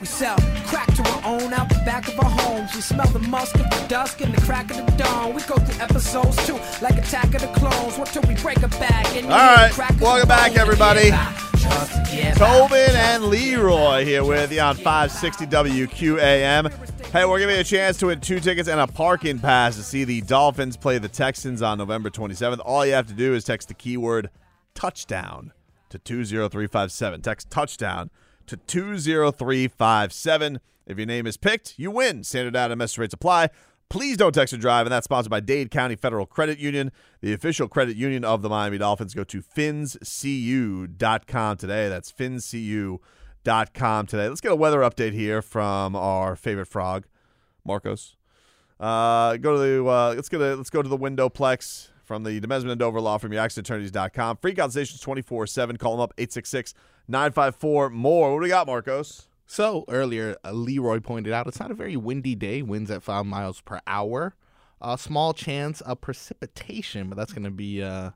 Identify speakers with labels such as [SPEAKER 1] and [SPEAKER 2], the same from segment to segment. [SPEAKER 1] We sell crack to our own out the back of our homes. We smell the musk of the dusk and the crack of the dawn. We go through episodes too, like Attack of the Clones. What till we break a back? And
[SPEAKER 2] All right, welcome back, everybody. Tobin and Leroy here with you on 560 WQAM. Hey, we're giving you a chance to win two tickets and a parking pass to see the Dolphins play the Texans on November 27th. All you have to do is text the keyword touchdown to 20357. Text touchdown to 20357. If your name is picked, you win. Standard out and message rates apply. Please don't text or drive, and that's sponsored by Dade County Federal Credit Union, the official credit union of the Miami Dolphins. Go to finscu.com today. That's finscu.com today. Let's get a weather update here from our favorite frog, Marcos. Uh, go to the uh, let's go to let's go to the windowplex from the Demesman and Dover Law Firm, your accidentattorneys.com. Free consultations 24 7. Call them up 866 954 more. What do we got, Marcos?
[SPEAKER 3] So earlier, uh, Leroy pointed out it's not a very windy day. Winds at five miles per hour. A small chance of precipitation, but that's going to be uh,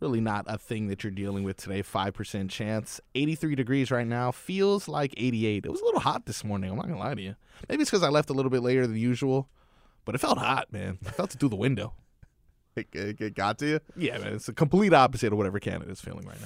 [SPEAKER 3] really not a thing that you're dealing with today. Five percent chance. 83 degrees right now. Feels like 88. It was a little hot this morning. I'm not gonna lie to you. Maybe it's because I left a little bit later than usual, but it felt hot, man. It felt through the window.
[SPEAKER 2] It, it, it got to you?
[SPEAKER 3] Yeah, man. It's the complete opposite of whatever Canada's feeling right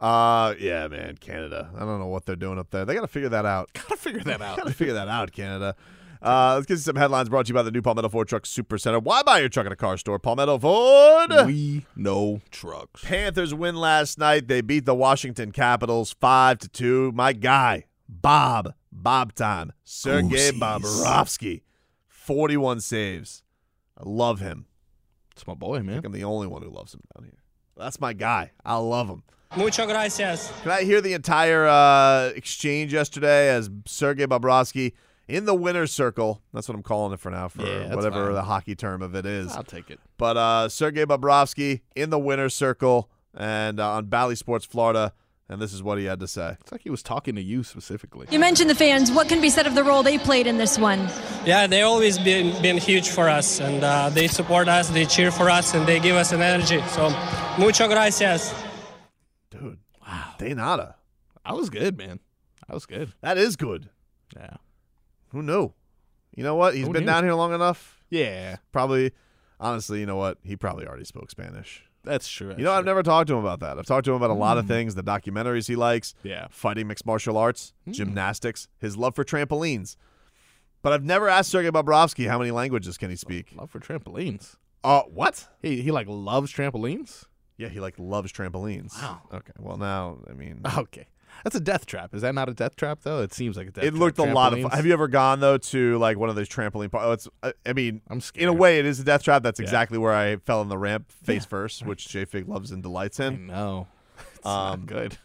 [SPEAKER 3] now.
[SPEAKER 2] Uh, yeah, man, Canada. I don't know what they're doing up there. They got to figure that out.
[SPEAKER 3] Gotta figure that out.
[SPEAKER 2] Got to figure that out, Canada. Uh, let's get you some headlines brought to you by the new Palmetto Ford Truck Super Center. Why buy your truck at a car store? Palmetto Ford.
[SPEAKER 3] We know trucks.
[SPEAKER 2] Panthers win last night. They beat the Washington Capitals five to two. My guy, Bob, Bob time. Sergei
[SPEAKER 3] Goosies.
[SPEAKER 2] Bobrovsky, forty-one saves. I love him.
[SPEAKER 3] It's my boy,
[SPEAKER 2] I
[SPEAKER 3] man.
[SPEAKER 2] think I'm the only one who loves him down here. That's my guy. I love him.
[SPEAKER 4] Mucho gracias.
[SPEAKER 2] Can I hear the entire uh, exchange yesterday as Sergei Bobrovsky in the winner's circle? That's what I'm calling it for now, for
[SPEAKER 3] Yeah, that's
[SPEAKER 2] whatever
[SPEAKER 3] fine.
[SPEAKER 2] the hockey term of it is.
[SPEAKER 3] I'll take it.
[SPEAKER 2] But uh, Sergei Bobrovsky in the winner's circle and uh, on Bally Sports Florida, and this is what he had to say.
[SPEAKER 3] It's like he was talking to you specifically.
[SPEAKER 5] You mentioned the fans. What can be said of the role they played in this one?
[SPEAKER 4] Yeah, they always been been huge for us, and uh, they support us, they cheer for us, and they give us an energy. So, mucho gracias.
[SPEAKER 2] Dude, wow, de nada.
[SPEAKER 3] I was good, man. I was good.
[SPEAKER 2] That is good.
[SPEAKER 3] Yeah.
[SPEAKER 2] Who knew? You know what? He's
[SPEAKER 3] Who
[SPEAKER 2] been
[SPEAKER 3] knew?
[SPEAKER 2] down here long enough.
[SPEAKER 3] Yeah.
[SPEAKER 2] Probably, honestly, you know what? He probably already spoke Spanish.
[SPEAKER 3] That's true.
[SPEAKER 2] You know, I've never talked to him about that. I've talked to him about a lot of things, the documentaries he likes,
[SPEAKER 3] Yeah. Hmm.
[SPEAKER 2] fighting mixed martial arts, gymnastics, his love for trampolines. But I've never asked Sergei Bobrovsky how many languages can he speak.
[SPEAKER 3] Love for trampolines.
[SPEAKER 2] Uh, what?
[SPEAKER 3] He he like loves trampolines.
[SPEAKER 2] Yeah, he like loves trampolines.
[SPEAKER 3] Wow.
[SPEAKER 2] Okay. Well, now I mean,
[SPEAKER 3] Okay, that's a death trap. Is that not a death trap though? It seems like a death.
[SPEAKER 2] it
[SPEAKER 3] trap.
[SPEAKER 2] looked a lot of. fun.
[SPEAKER 3] Trampolines?
[SPEAKER 2] Have you ever gone though to like one of those trampoline parks? Oh, it's. I, I mean,
[SPEAKER 3] I'm
[SPEAKER 2] in a
[SPEAKER 3] scared.
[SPEAKER 2] way, it is a death trap. That's
[SPEAKER 3] Yeah.
[SPEAKER 2] exactly where I fell on the ramp face first, which J Fig loves and delights
[SPEAKER 3] Mm-hmm.
[SPEAKER 2] in.
[SPEAKER 3] No, it's
[SPEAKER 2] Um,
[SPEAKER 3] not good.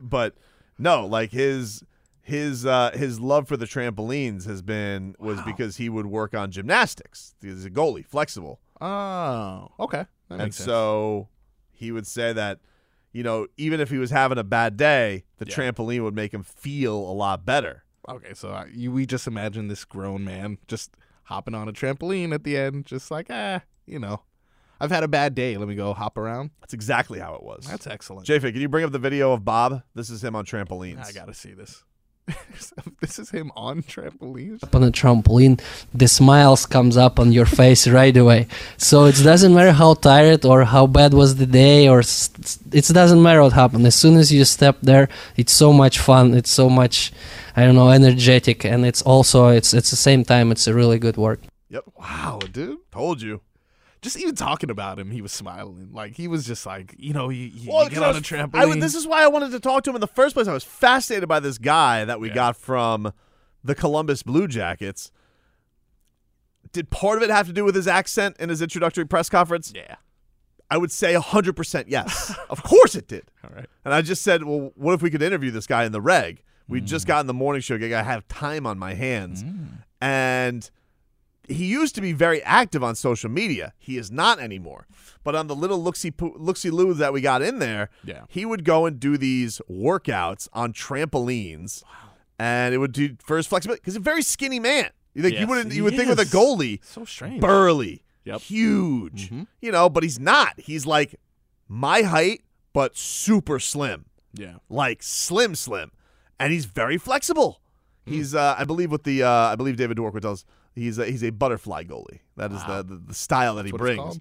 [SPEAKER 2] but no, like his his uh his love for the trampolines has been was because he would work on gymnastics. He's a goalie, flexible.
[SPEAKER 3] Oh, okay. That
[SPEAKER 2] and
[SPEAKER 3] makes sense.
[SPEAKER 2] so he would say that, you know, even if he was having a bad day, the
[SPEAKER 3] Yeah.
[SPEAKER 2] trampoline would make him feel a lot better.
[SPEAKER 3] okay, so I, you, we just imagine this grown man just hopping on a trampoline at the end, just like ah, you know, I've had a bad day. Let me go hop around.
[SPEAKER 2] That's exactly how it was.
[SPEAKER 3] That's excellent.
[SPEAKER 2] Jafe, can you bring up the video of Bob? This is him on trampolines.
[SPEAKER 3] I gotta see this. this is him on trampolines.
[SPEAKER 6] on a trampoline, the smiles comes up on your face right away. So it doesn't matter how tired or how bad was the day, or s- s- it doesn't matter what happened. As soon as you step there, it's so much fun. It's so much, I don't know, energetic, and it's also it's it's the same time. It's a really good work.
[SPEAKER 2] Yep.
[SPEAKER 3] Wow, dude.
[SPEAKER 2] Told you.
[SPEAKER 3] Just even talking about him, he was smiling. Like he was just like, you know, you, you,
[SPEAKER 2] Well,
[SPEAKER 3] you get
[SPEAKER 2] 'cause
[SPEAKER 3] on
[SPEAKER 2] I
[SPEAKER 3] a
[SPEAKER 2] was-
[SPEAKER 3] trampoline.
[SPEAKER 2] I would- this is why I wanted to talk to him in the first place. I was fascinated by this guy that we
[SPEAKER 3] Yeah.
[SPEAKER 2] got from the Columbus Blue Jackets. Did part of it have to do with his accent in his introductory press conference?
[SPEAKER 3] yeah.
[SPEAKER 2] I would say 100% yes. of course it did.
[SPEAKER 3] All right.
[SPEAKER 2] And I just said, well, what if we could interview this guy in the reg? We
[SPEAKER 3] Mm.
[SPEAKER 2] just got in the morning show gig. I have time on my hands. And he used to be very active on social media. He is not anymore. But on the little looksy poo- looksy loo that we got in there,
[SPEAKER 3] Yeah.
[SPEAKER 2] he would go and do these workouts on trampolines, and it would do first flexibility because a very skinny man. You think you
[SPEAKER 3] Yes.
[SPEAKER 2] wouldn't? You
[SPEAKER 3] He
[SPEAKER 2] would think with a
[SPEAKER 3] is.
[SPEAKER 2] goalie,
[SPEAKER 3] So strange.
[SPEAKER 2] burly,
[SPEAKER 3] Yep. Mm-hmm.
[SPEAKER 2] huge, you know. But he's not. He's like my height, but super slim
[SPEAKER 3] Yeah.
[SPEAKER 2] like slim, slim, and he's very flexible.
[SPEAKER 3] Hmm.
[SPEAKER 2] He's, uh, I believe, with the uh, I believe David Dworkin tells he's a, he's a butterfly goalie. That is the, the the style that he
[SPEAKER 3] what it's
[SPEAKER 2] brings.
[SPEAKER 3] called.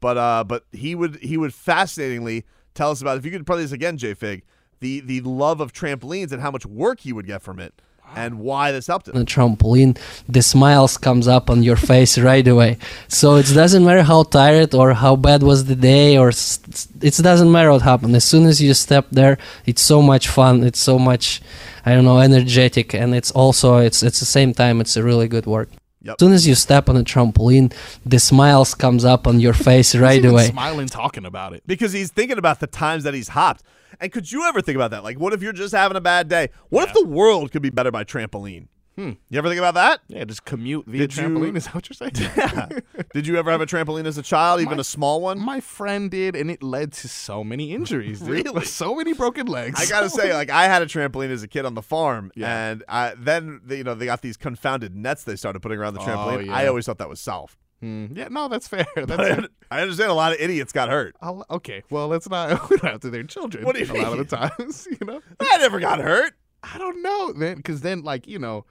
[SPEAKER 2] But uh, but he would he would fascinatingly tell us about if you could play this again, J Fig, the the love of trampolines and how much work he would get from it, and why this helped him.
[SPEAKER 6] on a trampoline the smiles comes up on your face right away so it doesn't matter how tired or how bad was the day or s- s- it doesn't matter what happened as soon as you step there it's so much fun it's so much i don't know energetic and it's also it's it's the same time it's a really good work
[SPEAKER 2] Yep.
[SPEAKER 6] As soon as you step on a trampoline, the smiles comes up on your face right
[SPEAKER 3] He's even
[SPEAKER 6] away.
[SPEAKER 3] Smiling, talking about it.
[SPEAKER 2] because he's thinking about the times that he's hopped. And could you ever think about that? Like, what if you're just having a bad day? What if the world could be better by trampoline?
[SPEAKER 3] Hmm.
[SPEAKER 2] You ever think about that?
[SPEAKER 3] Yeah, just commute via
[SPEAKER 2] Did you-
[SPEAKER 3] trampoline. Is that what you're saying?
[SPEAKER 2] Did you ever have a trampoline as a child, even a small one?
[SPEAKER 3] My friend did, and it led to so many injuries. dude.
[SPEAKER 2] Really?
[SPEAKER 3] So many broken legs.
[SPEAKER 2] I gotta say, like I had a trampoline as a kid on the farm, and I, then they, you know they got these confounded nets they started putting around the trampoline. I
[SPEAKER 3] Oh, yeah.
[SPEAKER 2] always thought that was solved.
[SPEAKER 3] Mm, yeah, no, that's fair. That's fair.
[SPEAKER 2] I understand a lot of idiots got hurt.
[SPEAKER 3] I'll, okay, well, let's not we don't have to their children.
[SPEAKER 2] What do you
[SPEAKER 3] a lot
[SPEAKER 2] mean?
[SPEAKER 3] of the times, you know.
[SPEAKER 2] I never got hurt.
[SPEAKER 3] I don't know, then, because then, like you know,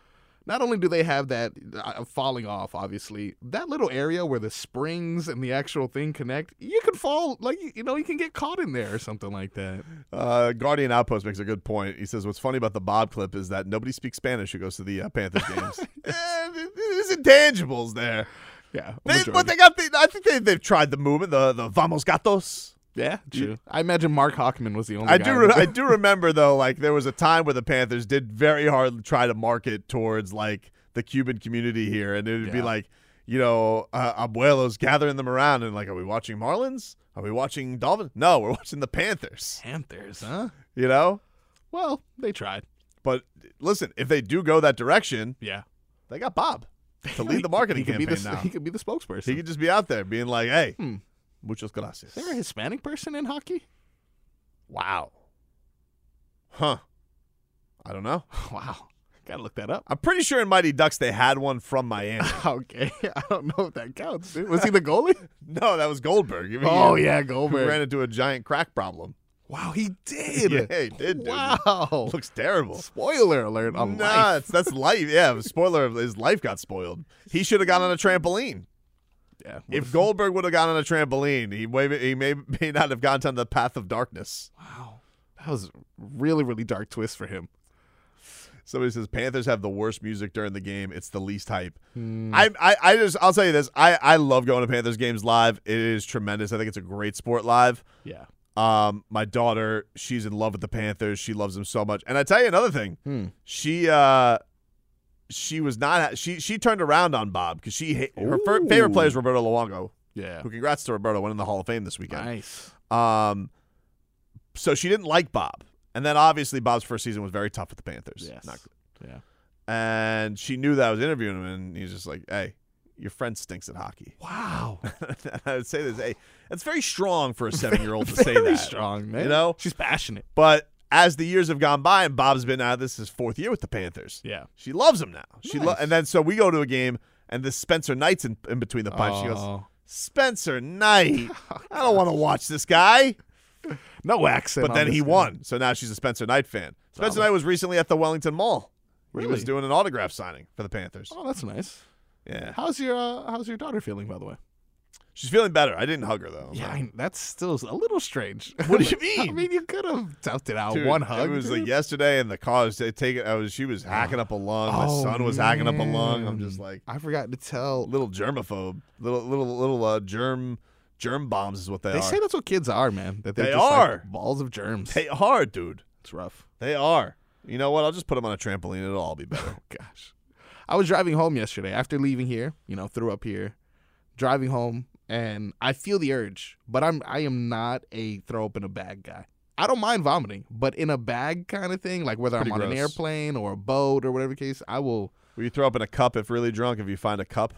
[SPEAKER 3] not only do they have that uh, falling off, obviously, that little area where the springs and the actual thing connect, you can fall, like you- you know, you can get caught in there or something like that.
[SPEAKER 2] Uh, Guardian Outpost makes a good point. He says what's funny about the Bob clip is that nobody speaks Spanish who goes to the uh, Panthers games. Eh, There's intangibles there.
[SPEAKER 3] Yeah, a
[SPEAKER 2] They, but
[SPEAKER 3] majority.
[SPEAKER 2] they got. The, I think they, they've tried the movement, the the Vamos Gatos.
[SPEAKER 3] yeah, true. I imagine Mark Hockman was the only.
[SPEAKER 2] I
[SPEAKER 3] guy
[SPEAKER 2] do.
[SPEAKER 3] with
[SPEAKER 2] Re- I
[SPEAKER 3] the-
[SPEAKER 2] do remember though, like there was a time where the Panthers did very hard to try to market towards like the Cuban community here, and it would be
[SPEAKER 3] Yeah.
[SPEAKER 2] like, you know, uh, abuelos gathering them around, and like, are we watching Marlins? Are we watching Dolphins? No, we're watching the Panthers.
[SPEAKER 3] Panthers, huh?
[SPEAKER 2] You know,
[SPEAKER 3] Well, they tried.
[SPEAKER 2] but listen, if they do go that direction,
[SPEAKER 3] Yeah,
[SPEAKER 2] they got Bob to lead the marketing
[SPEAKER 3] he could
[SPEAKER 2] campaign
[SPEAKER 3] be the,
[SPEAKER 2] now.
[SPEAKER 3] He could be the spokesperson.
[SPEAKER 2] He could just be out there being like, hey,
[SPEAKER 3] Hmm.
[SPEAKER 2] muchas gracias.
[SPEAKER 3] Is there a Hispanic person in hockey?
[SPEAKER 2] Wow. Huh. I don't know.
[SPEAKER 3] Wow, gotta look that up.
[SPEAKER 2] I'm pretty sure in Mighty Ducks they had one from Miami.
[SPEAKER 3] Okay, I don't know if that counts. dude. Was he the goalie?
[SPEAKER 2] No, that was Goldberg. You mean
[SPEAKER 3] oh
[SPEAKER 2] you-
[SPEAKER 3] yeah,
[SPEAKER 2] who
[SPEAKER 3] Goldberg.
[SPEAKER 2] ran into a giant crack problem.
[SPEAKER 3] wow, he did.
[SPEAKER 2] Yeah, he did, dude.
[SPEAKER 3] Wow.
[SPEAKER 2] Looks terrible.
[SPEAKER 3] Spoiler alert on
[SPEAKER 2] Nah,
[SPEAKER 3] life.
[SPEAKER 2] it's- that's life. Yeah, spoiler: his life got spoiled. He should have gone on a trampoline.
[SPEAKER 3] Yeah.
[SPEAKER 2] If Goldberg would have gone on a trampoline, he may, he may may not have gone down the path of darkness.
[SPEAKER 3] Wow. That was a really really dark twist for him.
[SPEAKER 2] Somebody says Panthers have the worst music during the game. It's the least hype.
[SPEAKER 3] Hmm.
[SPEAKER 2] I, I I just I'll tell you this. I I love going to Panthers games live. It is tremendous. I think it's a great sport live.
[SPEAKER 3] Yeah.
[SPEAKER 2] Um, my daughter, she's in love with the Panthers. She loves them so much. And I tell you another thing. She uh she was not she she turned around on Bob because she hate, her fir- favorite player is Roberto Luongo,
[SPEAKER 3] Yeah.
[SPEAKER 2] who congrats to Roberto winning the Hall of Fame this weekend.
[SPEAKER 3] Nice.
[SPEAKER 2] Um so she didn't like Bob. And then obviously Bob's first season was very tough with the Panthers.
[SPEAKER 3] Yes.
[SPEAKER 2] Not good.
[SPEAKER 3] Yeah.
[SPEAKER 2] And she knew that I was interviewing him and he's just like, Hey, your friend stinks at hockey.
[SPEAKER 3] Wow.
[SPEAKER 2] I would say this, hey, that's very strong for a seven year old to say
[SPEAKER 3] Very
[SPEAKER 2] that.
[SPEAKER 3] strong, man.
[SPEAKER 2] You know?
[SPEAKER 3] she's passionate.
[SPEAKER 2] But as the years have gone by, and Bob's been out, this is his fourth year with the Panthers.
[SPEAKER 3] Yeah.
[SPEAKER 2] She loves him now. She lo-
[SPEAKER 3] Nice.
[SPEAKER 2] and then so we go to a game, and this Spencer Knight's in, in between the pipes. She goes,
[SPEAKER 3] Oh.
[SPEAKER 2] Spencer Knight. I don't want to watch this guy.
[SPEAKER 3] no accent.
[SPEAKER 2] But
[SPEAKER 3] on
[SPEAKER 2] then
[SPEAKER 3] this
[SPEAKER 2] he
[SPEAKER 3] guy.
[SPEAKER 2] won. So now she's a Spencer Knight fan. Spencer
[SPEAKER 3] Solid.
[SPEAKER 2] Knight was recently at the Wellington Mall. He was
[SPEAKER 3] Really?
[SPEAKER 2] doing an autograph signing for the Panthers.
[SPEAKER 3] Oh, that's nice.
[SPEAKER 2] Yeah.
[SPEAKER 3] How's your uh, How's your daughter feeling, by the way?
[SPEAKER 2] She's feeling better. I didn't hug her though.
[SPEAKER 3] Yeah, I, that's still a little strange.
[SPEAKER 2] What do you
[SPEAKER 3] I
[SPEAKER 2] mean?
[SPEAKER 3] mean, you could have toughed it out
[SPEAKER 2] Dude,
[SPEAKER 3] one hug.
[SPEAKER 2] It was like
[SPEAKER 3] dude.
[SPEAKER 2] yesterday in the car. I was taking. I was. She was hacking up a lung. My
[SPEAKER 3] Oh,
[SPEAKER 2] son was hacking up a lung. I'm just
[SPEAKER 3] man.
[SPEAKER 2] like
[SPEAKER 3] I forgot to tell.
[SPEAKER 2] little germaphobe, little little little uh, germ germ bombs is what they,
[SPEAKER 3] They
[SPEAKER 2] are.
[SPEAKER 3] say that's what kids are, man. That they're
[SPEAKER 2] They
[SPEAKER 3] just like
[SPEAKER 2] are.
[SPEAKER 3] balls of germs.
[SPEAKER 2] they are, dude.
[SPEAKER 3] It's rough.
[SPEAKER 2] They are. You know what? I'll just put them on a trampoline. It'll all be better.
[SPEAKER 3] Gosh, I was driving home yesterday after leaving here. You know, threw up here, driving home, and I feel the urge, but I'm I am not a throw up in a bag guy. I don't mind vomiting, but in a bag kind of thing, like whether
[SPEAKER 2] Pretty
[SPEAKER 3] I'm on an
[SPEAKER 2] gross.
[SPEAKER 3] airplane or a boat or whatever case, I will.
[SPEAKER 2] Will you throw up in a cup if really drunk? If you find a cup,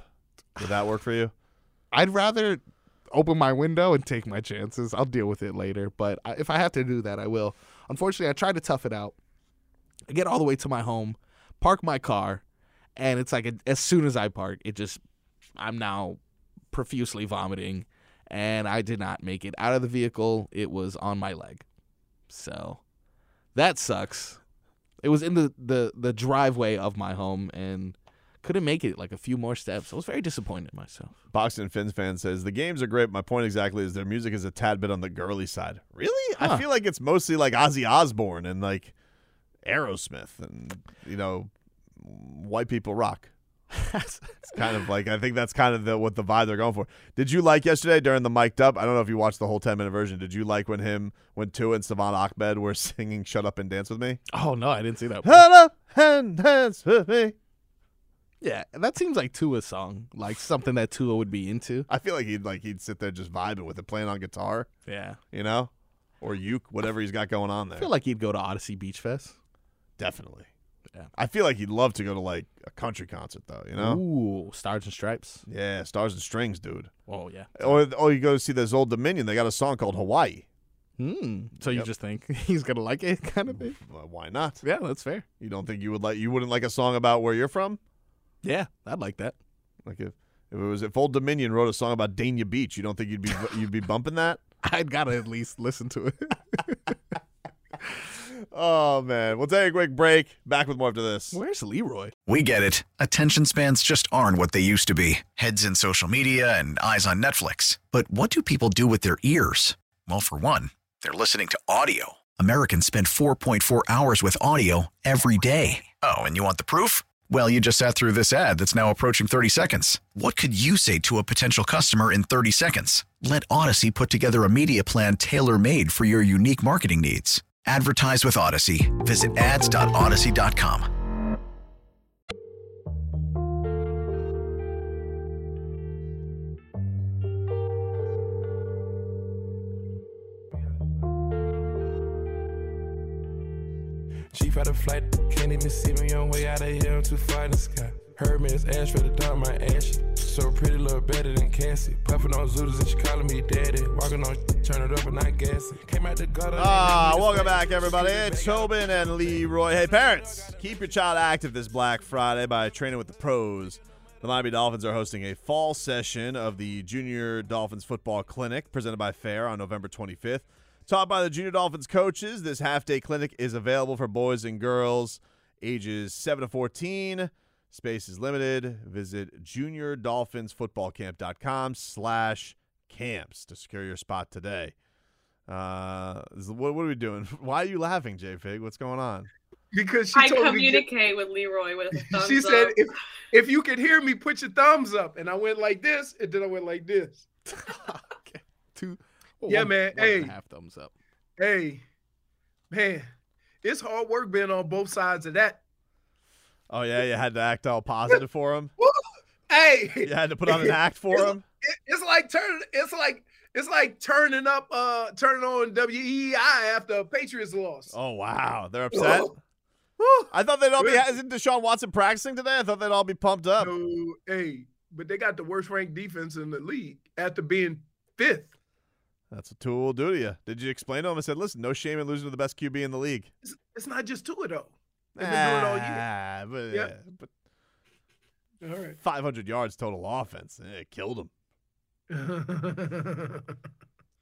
[SPEAKER 2] would that work for you?
[SPEAKER 3] I'd rather open my window and take my chances. I'll deal with it later, but I, if I have to do that, I will. Unfortunately, I tried to tough it out. I get all the way to my home, park my car, and it's like as soon as I park, it just I'm now profusely vomiting, and I did not make it out of the vehicle. It was on my leg, so that sucks. It was in the the the driveway of my home and couldn't make it like a few more steps. I was very disappointed in myself.
[SPEAKER 2] Boxing and Fins fan says the games are great. but My point exactly is their music is a tad bit on the girly side. Really, I
[SPEAKER 3] Huh.
[SPEAKER 2] feel like it's mostly like Ozzy Osbourne and like Aerosmith and you know white people rock. It's kind of like I think that's kind of the what the vibe they're going for. Did you like yesterday during the mic'd up? I don't know if you watched the whole ten minute version. Did you like when him when Tua and Savan Ahmed were singing "Shut Up and Dance with Me"?
[SPEAKER 3] Oh no, I didn't see that.
[SPEAKER 2] Shut up and dance with me.
[SPEAKER 3] yeah, that seems like Tua's song, like something that Tua would be into.
[SPEAKER 2] I feel like he'd like he'd sit there just vibing with it, playing on guitar.
[SPEAKER 3] Yeah,
[SPEAKER 2] you know, or uke, whatever he's got going on there.
[SPEAKER 3] I feel like he'd go to Odyssey Beach Fest.
[SPEAKER 2] Definitely.
[SPEAKER 3] Yeah.
[SPEAKER 2] I feel like he'd love to go to like a country concert though, you know?
[SPEAKER 3] Ooh, Stars and Stripes.
[SPEAKER 2] Yeah, Stars and Strings, dude.
[SPEAKER 3] Oh yeah.
[SPEAKER 2] Or or you go see this old Dominion, they got a song called Hawaii.
[SPEAKER 3] Hmm. So
[SPEAKER 2] Yep.
[SPEAKER 3] you just think he's gonna like it, kind of thing.
[SPEAKER 2] Well, Uh, why not?
[SPEAKER 3] Yeah, that's fair.
[SPEAKER 2] You don't think you would like you wouldn't like a song about where you're from?
[SPEAKER 3] Yeah, I'd like that.
[SPEAKER 2] Like if if it was if Old Dominion wrote a song about Dania Beach, you don't think you'd be you'd be bumping that?
[SPEAKER 3] I'd gotta at least listen to it.
[SPEAKER 2] Oh man. We'll take a quick break. Back with more after this.
[SPEAKER 3] Where's Leroy?
[SPEAKER 7] We get it. Attention spans just aren't what they used to be heads in social media and eyes on Netflix. But what do people do with their ears? Well, for one, they're listening to audio. Americans spend 4.4 hours with audio every day. Oh, and you want the proof? Well, you just sat through this ad that's now approaching 30 seconds. What could you say to a potential customer in 30 seconds? Let Odyssey put together a media plan tailor made for your unique marketing needs. Advertise with Odyssey. Visit ads.odyssey.com.
[SPEAKER 8] Chief out of flight, can't even see me on way out of here. I'm too far in the sky. Heard me as ash, rather down my ashes. So pretty, look better than Cassie. Puffing on Zooters and she calling me daddy. Walking on, turn it up and not gassing. Came out the gutter.
[SPEAKER 2] Ah, welcome back, everybody. It's Tobin and Leroy. Hey, parents, keep your child active this Black Friday by training with the pros. The Miami Dolphins are hosting a fall session of the Junior Dolphins Football Clinic presented by FAIR on November 25th. Taught by the Junior Dolphins coaches, this half day clinic is available for boys and girls ages 7 to 14. Space is limited. Visit juniordolphinsfootballcamp.com slash camps to secure your spot today. Uh, is- what, what are we doing? Why are you laughing, J Pig? What's going on?
[SPEAKER 9] because she
[SPEAKER 10] I
[SPEAKER 9] told me. to
[SPEAKER 10] communicate with Leroy with a
[SPEAKER 9] get-
[SPEAKER 10] thumbs
[SPEAKER 9] She said,
[SPEAKER 10] up.
[SPEAKER 9] if, "If you could hear me, put your thumbs up." And I went like this, and then I went like this.
[SPEAKER 3] okay. Two.
[SPEAKER 9] Yeah, man,
[SPEAKER 3] one and
[SPEAKER 9] hey.
[SPEAKER 3] a half thumbs up.
[SPEAKER 9] Hey, man, it's hard work being on both sides of that.
[SPEAKER 2] Oh yeah, you had to act all positive for him.
[SPEAKER 9] Woo! Hey,
[SPEAKER 2] You had to put on an act for him.
[SPEAKER 9] it- it's like turning. It's like it's like turning up, uh, turning on WEI after a Patriots loss.
[SPEAKER 2] Oh wow, they're upset.
[SPEAKER 9] Woo!
[SPEAKER 2] I thought they'd all be. Isn't Deshaun Watson practicing today? I thought they'd all be pumped up.
[SPEAKER 9] So, hey, but they got the worst ranked defense in the league after being fifth.
[SPEAKER 2] That's what Tua will do to you. Did you explain to him? I said, listen, no shame in losing to the best QB in the league.
[SPEAKER 9] It's, it's not just Tua though. They've been doing it all year.
[SPEAKER 2] Ah, but,
[SPEAKER 9] Yep.
[SPEAKER 2] yeah, but
[SPEAKER 9] All right.
[SPEAKER 2] 500 yards total offense. Eh, It killed him.
[SPEAKER 9] um,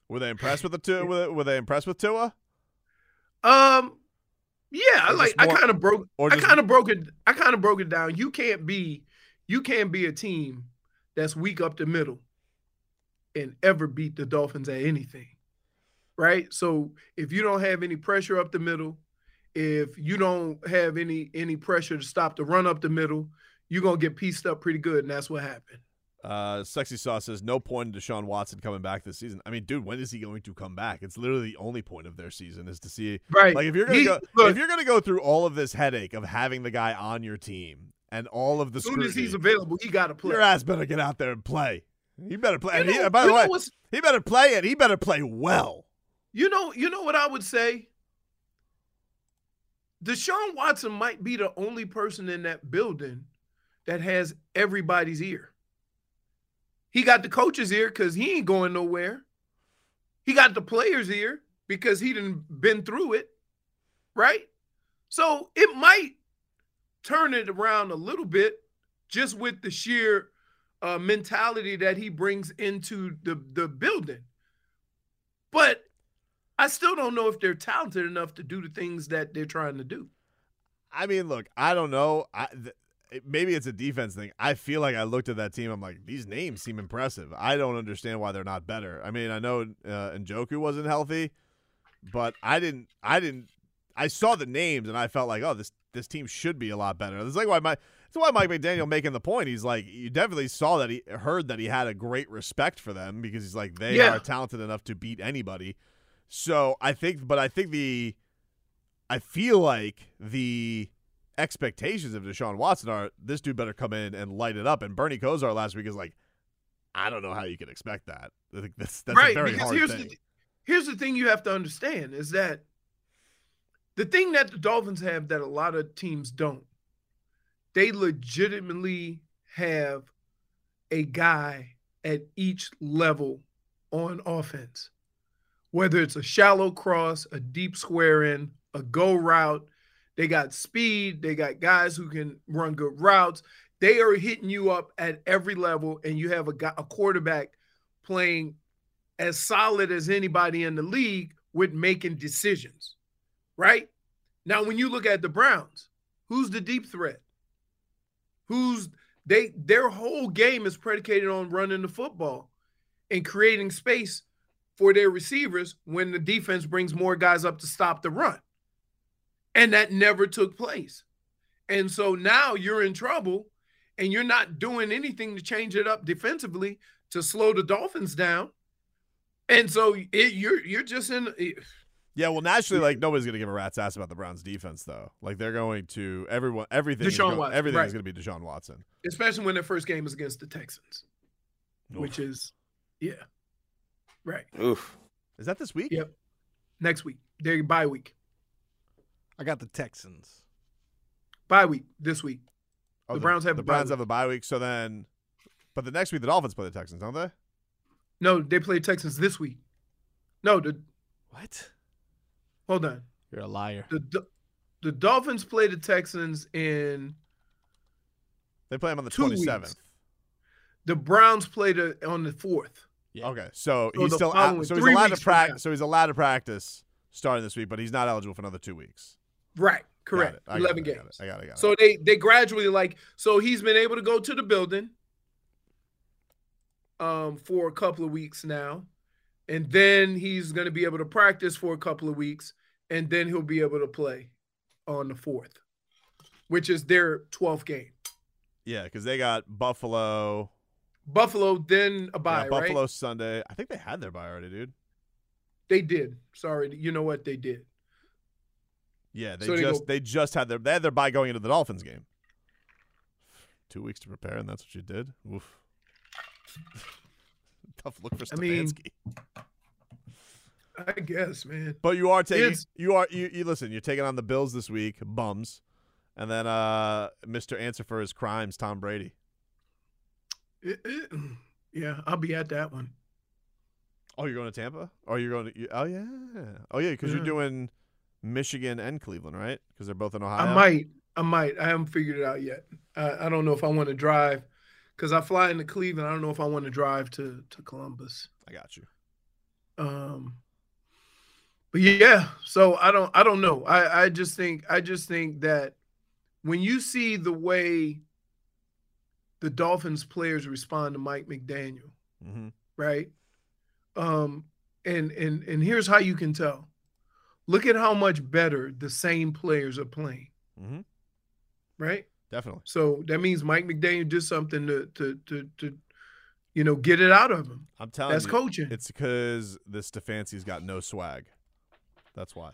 [SPEAKER 2] Were they impressed with the Tua? Were they, were they impressed with Tua?
[SPEAKER 9] Um, yeah, I
[SPEAKER 2] Or
[SPEAKER 9] like
[SPEAKER 2] just
[SPEAKER 9] I
[SPEAKER 2] more-
[SPEAKER 9] kind of broke.
[SPEAKER 2] or
[SPEAKER 9] I
[SPEAKER 2] just-
[SPEAKER 9] kind of broke it. I kind of broke it down. You can't be, you can't be a team that's weak up the middle, and ever beat the Dolphins at anything, right? So if you don't have any pressure up the middle, if you don't have any any pressure to stop the run up the middle, you're gonna get pieced up pretty good, and that's what happened.
[SPEAKER 2] Uh, Sexy Sauce says no point in Deshaun Watson coming back this season. I mean, dude, when is he going to come back? It's literally the only point of their season is to see
[SPEAKER 9] Right.
[SPEAKER 2] like if you're gonna
[SPEAKER 9] He-
[SPEAKER 2] go
[SPEAKER 9] look,
[SPEAKER 2] if you're gonna go through all of this headache of having the guy on your team and all of the
[SPEAKER 9] as soon as he's
[SPEAKER 2] scrutiny,
[SPEAKER 9] available, he got to play.
[SPEAKER 2] your ass better get out there and play. He better play.
[SPEAKER 9] You
[SPEAKER 2] And he,
[SPEAKER 9] know-
[SPEAKER 2] by
[SPEAKER 9] you
[SPEAKER 2] the
[SPEAKER 9] know
[SPEAKER 2] way,
[SPEAKER 9] what's-
[SPEAKER 2] he better play and he better play well.
[SPEAKER 9] You know, you know what I would say? Deshaun Watson might be the only person in that building that has everybody's ear. He got the coach's ear because he ain't going nowhere. He got the player's ear because he didn't been through it, right? So it might turn it around a little bit just with the sheer uh, mentality that he brings into the the building. But I still don't know if they're talented enough to do the things that they're trying to do.
[SPEAKER 2] I mean, look, I don't know. I th- it- maybe it's a defense thing. I feel like I looked at that team. I'm like, these names seem impressive. I don't understand why they're not better. I mean, I know uh, Njoku wasn't healthy, but I didn't. I didn't. I saw the names and I felt like, oh, this this team should be a lot better. That's like why my. That's why Mike McDaniel making the point. He's like, you definitely saw that he heard that he had a great respect for them because he's like, they
[SPEAKER 9] Yeah.
[SPEAKER 2] are talented enough to beat anybody. So I think, but I think the, I feel like the expectations of Deshaun Watson are this dude better come in and light it up. And Bernie Kosar last week is like, I don't know how you can expect that. I think that's that's a very hard
[SPEAKER 9] here's
[SPEAKER 2] thing.
[SPEAKER 9] the here's the thing you have to understand is that the thing that the Dolphins have that a lot of teams don't, they legitimately have a guy at each level on offense, whether it's a shallow cross, a deep square in, a go route. They got speed. They got guys who can run good routes. They are hitting you up at every level, and you have a guy, a quarterback playing as solid as anybody in the league with making decisions, right? Now, when you look at the Browns, who's the deep threat? Who's they? Their whole game is predicated on running the football and creating space for their receivers when the defense brings more guys up to stop the run, and that never took place. And so now you're in trouble, and you're not doing anything to change it up defensively to slow the Dolphins down. And so it, you're you're just in. e, It,
[SPEAKER 2] Yeah, well, naturally, like nobody's gonna give a rat's ass about the Browns defense, though. Like they're going to everyone, everything, is
[SPEAKER 9] Deshaun
[SPEAKER 2] go-
[SPEAKER 9] Watson,
[SPEAKER 2] everything is
[SPEAKER 9] right.
[SPEAKER 2] gonna be Deshaun Watson.
[SPEAKER 9] especially when their first game is against the Texans, which is yeah, right.
[SPEAKER 10] Oof.
[SPEAKER 2] Is that this week?
[SPEAKER 9] Yep. Next week, their bye week,
[SPEAKER 3] I got the Texans.
[SPEAKER 9] bye week this week.
[SPEAKER 2] Oh,
[SPEAKER 9] The Browns have
[SPEAKER 2] the
[SPEAKER 9] a bye
[SPEAKER 2] Browns
[SPEAKER 9] week.
[SPEAKER 2] have a bye week, so then, but the next week the Dolphins play the Texans, don't they?
[SPEAKER 9] No, they play Texans this week. No, the
[SPEAKER 3] What?
[SPEAKER 9] hold on.
[SPEAKER 3] You're a liar.
[SPEAKER 9] The Do- the Dolphins play the Texans in
[SPEAKER 2] They play them on the
[SPEAKER 9] Two
[SPEAKER 2] twenty
[SPEAKER 9] weeks.
[SPEAKER 2] seventh.
[SPEAKER 9] the Browns play the on the fourth.
[SPEAKER 3] Yeah.
[SPEAKER 2] Okay, so,
[SPEAKER 9] So
[SPEAKER 2] he's
[SPEAKER 9] the
[SPEAKER 2] still
[SPEAKER 9] following
[SPEAKER 2] out, so he's
[SPEAKER 9] three
[SPEAKER 2] allowed to
[SPEAKER 9] weeks from now.
[SPEAKER 2] practice. So he's allowed to practice starting this week, but he's not eligible for another two weeks.
[SPEAKER 9] Right,
[SPEAKER 2] Got
[SPEAKER 9] correct.
[SPEAKER 2] it. I got
[SPEAKER 9] Eleven
[SPEAKER 2] it, I got
[SPEAKER 9] games.
[SPEAKER 2] it, I got it. Got it.
[SPEAKER 9] So they they gradually like so he's been able to go to the building um for a couple of weeks now and then he's going to be able to practice for a couple of weeks and then he'll be able to play on the 4th which is their 12th game.
[SPEAKER 2] yeah, because they got Buffalo.
[SPEAKER 9] Buffalo then a
[SPEAKER 2] they
[SPEAKER 9] bye,
[SPEAKER 2] got Buffalo
[SPEAKER 9] right?
[SPEAKER 2] Sunday. I think they had their bye already, dude.
[SPEAKER 9] They did. Sorry, you know what they did.
[SPEAKER 2] Yeah, they
[SPEAKER 9] So they
[SPEAKER 2] just
[SPEAKER 9] go-
[SPEAKER 2] they just had their they had their bye going into the Dolphins game. Two weeks to prepare, and that's what you did. Oof. Tough look for
[SPEAKER 9] I
[SPEAKER 2] Stefanski.
[SPEAKER 9] mean, I guess, man.
[SPEAKER 2] but you are taking
[SPEAKER 9] it's-
[SPEAKER 2] you are you, you listen. You're taking on the Bills this week, bums, and then uh Mr. Answer for his crimes, Tom Brady.
[SPEAKER 9] It- it- yeah, I'll be at that one.
[SPEAKER 2] Oh, you're going to Tampa? Oh, you're going to? You, oh yeah. Oh yeah, because you're
[SPEAKER 9] Yeah.
[SPEAKER 2] doing Michigan and Cleveland, right? Because they're both in Ohio.
[SPEAKER 9] I might. I might. I haven't figured it out yet. I, I don't know if I want to drive because I fly into Cleveland. I don't know if I want to drive to to Columbus.
[SPEAKER 2] I got you.
[SPEAKER 9] Um, but yeah, so I don't. I don't know. I I just think. I just think that when you see the way the Dolphins players respond to Mike McDaniel,
[SPEAKER 2] Mm-hmm.
[SPEAKER 9] right? Um, and and and here's how you can tell. Look at how much better the same players are playing,
[SPEAKER 2] Mm-hmm.
[SPEAKER 9] right?
[SPEAKER 2] Definitely.
[SPEAKER 9] So that means Mike McDaniel did something to to to, to you know get it out of him.
[SPEAKER 2] I'm telling
[SPEAKER 9] That's
[SPEAKER 2] you.
[SPEAKER 9] coaching.
[SPEAKER 2] It's because the Stefanski's got no swag. That's why.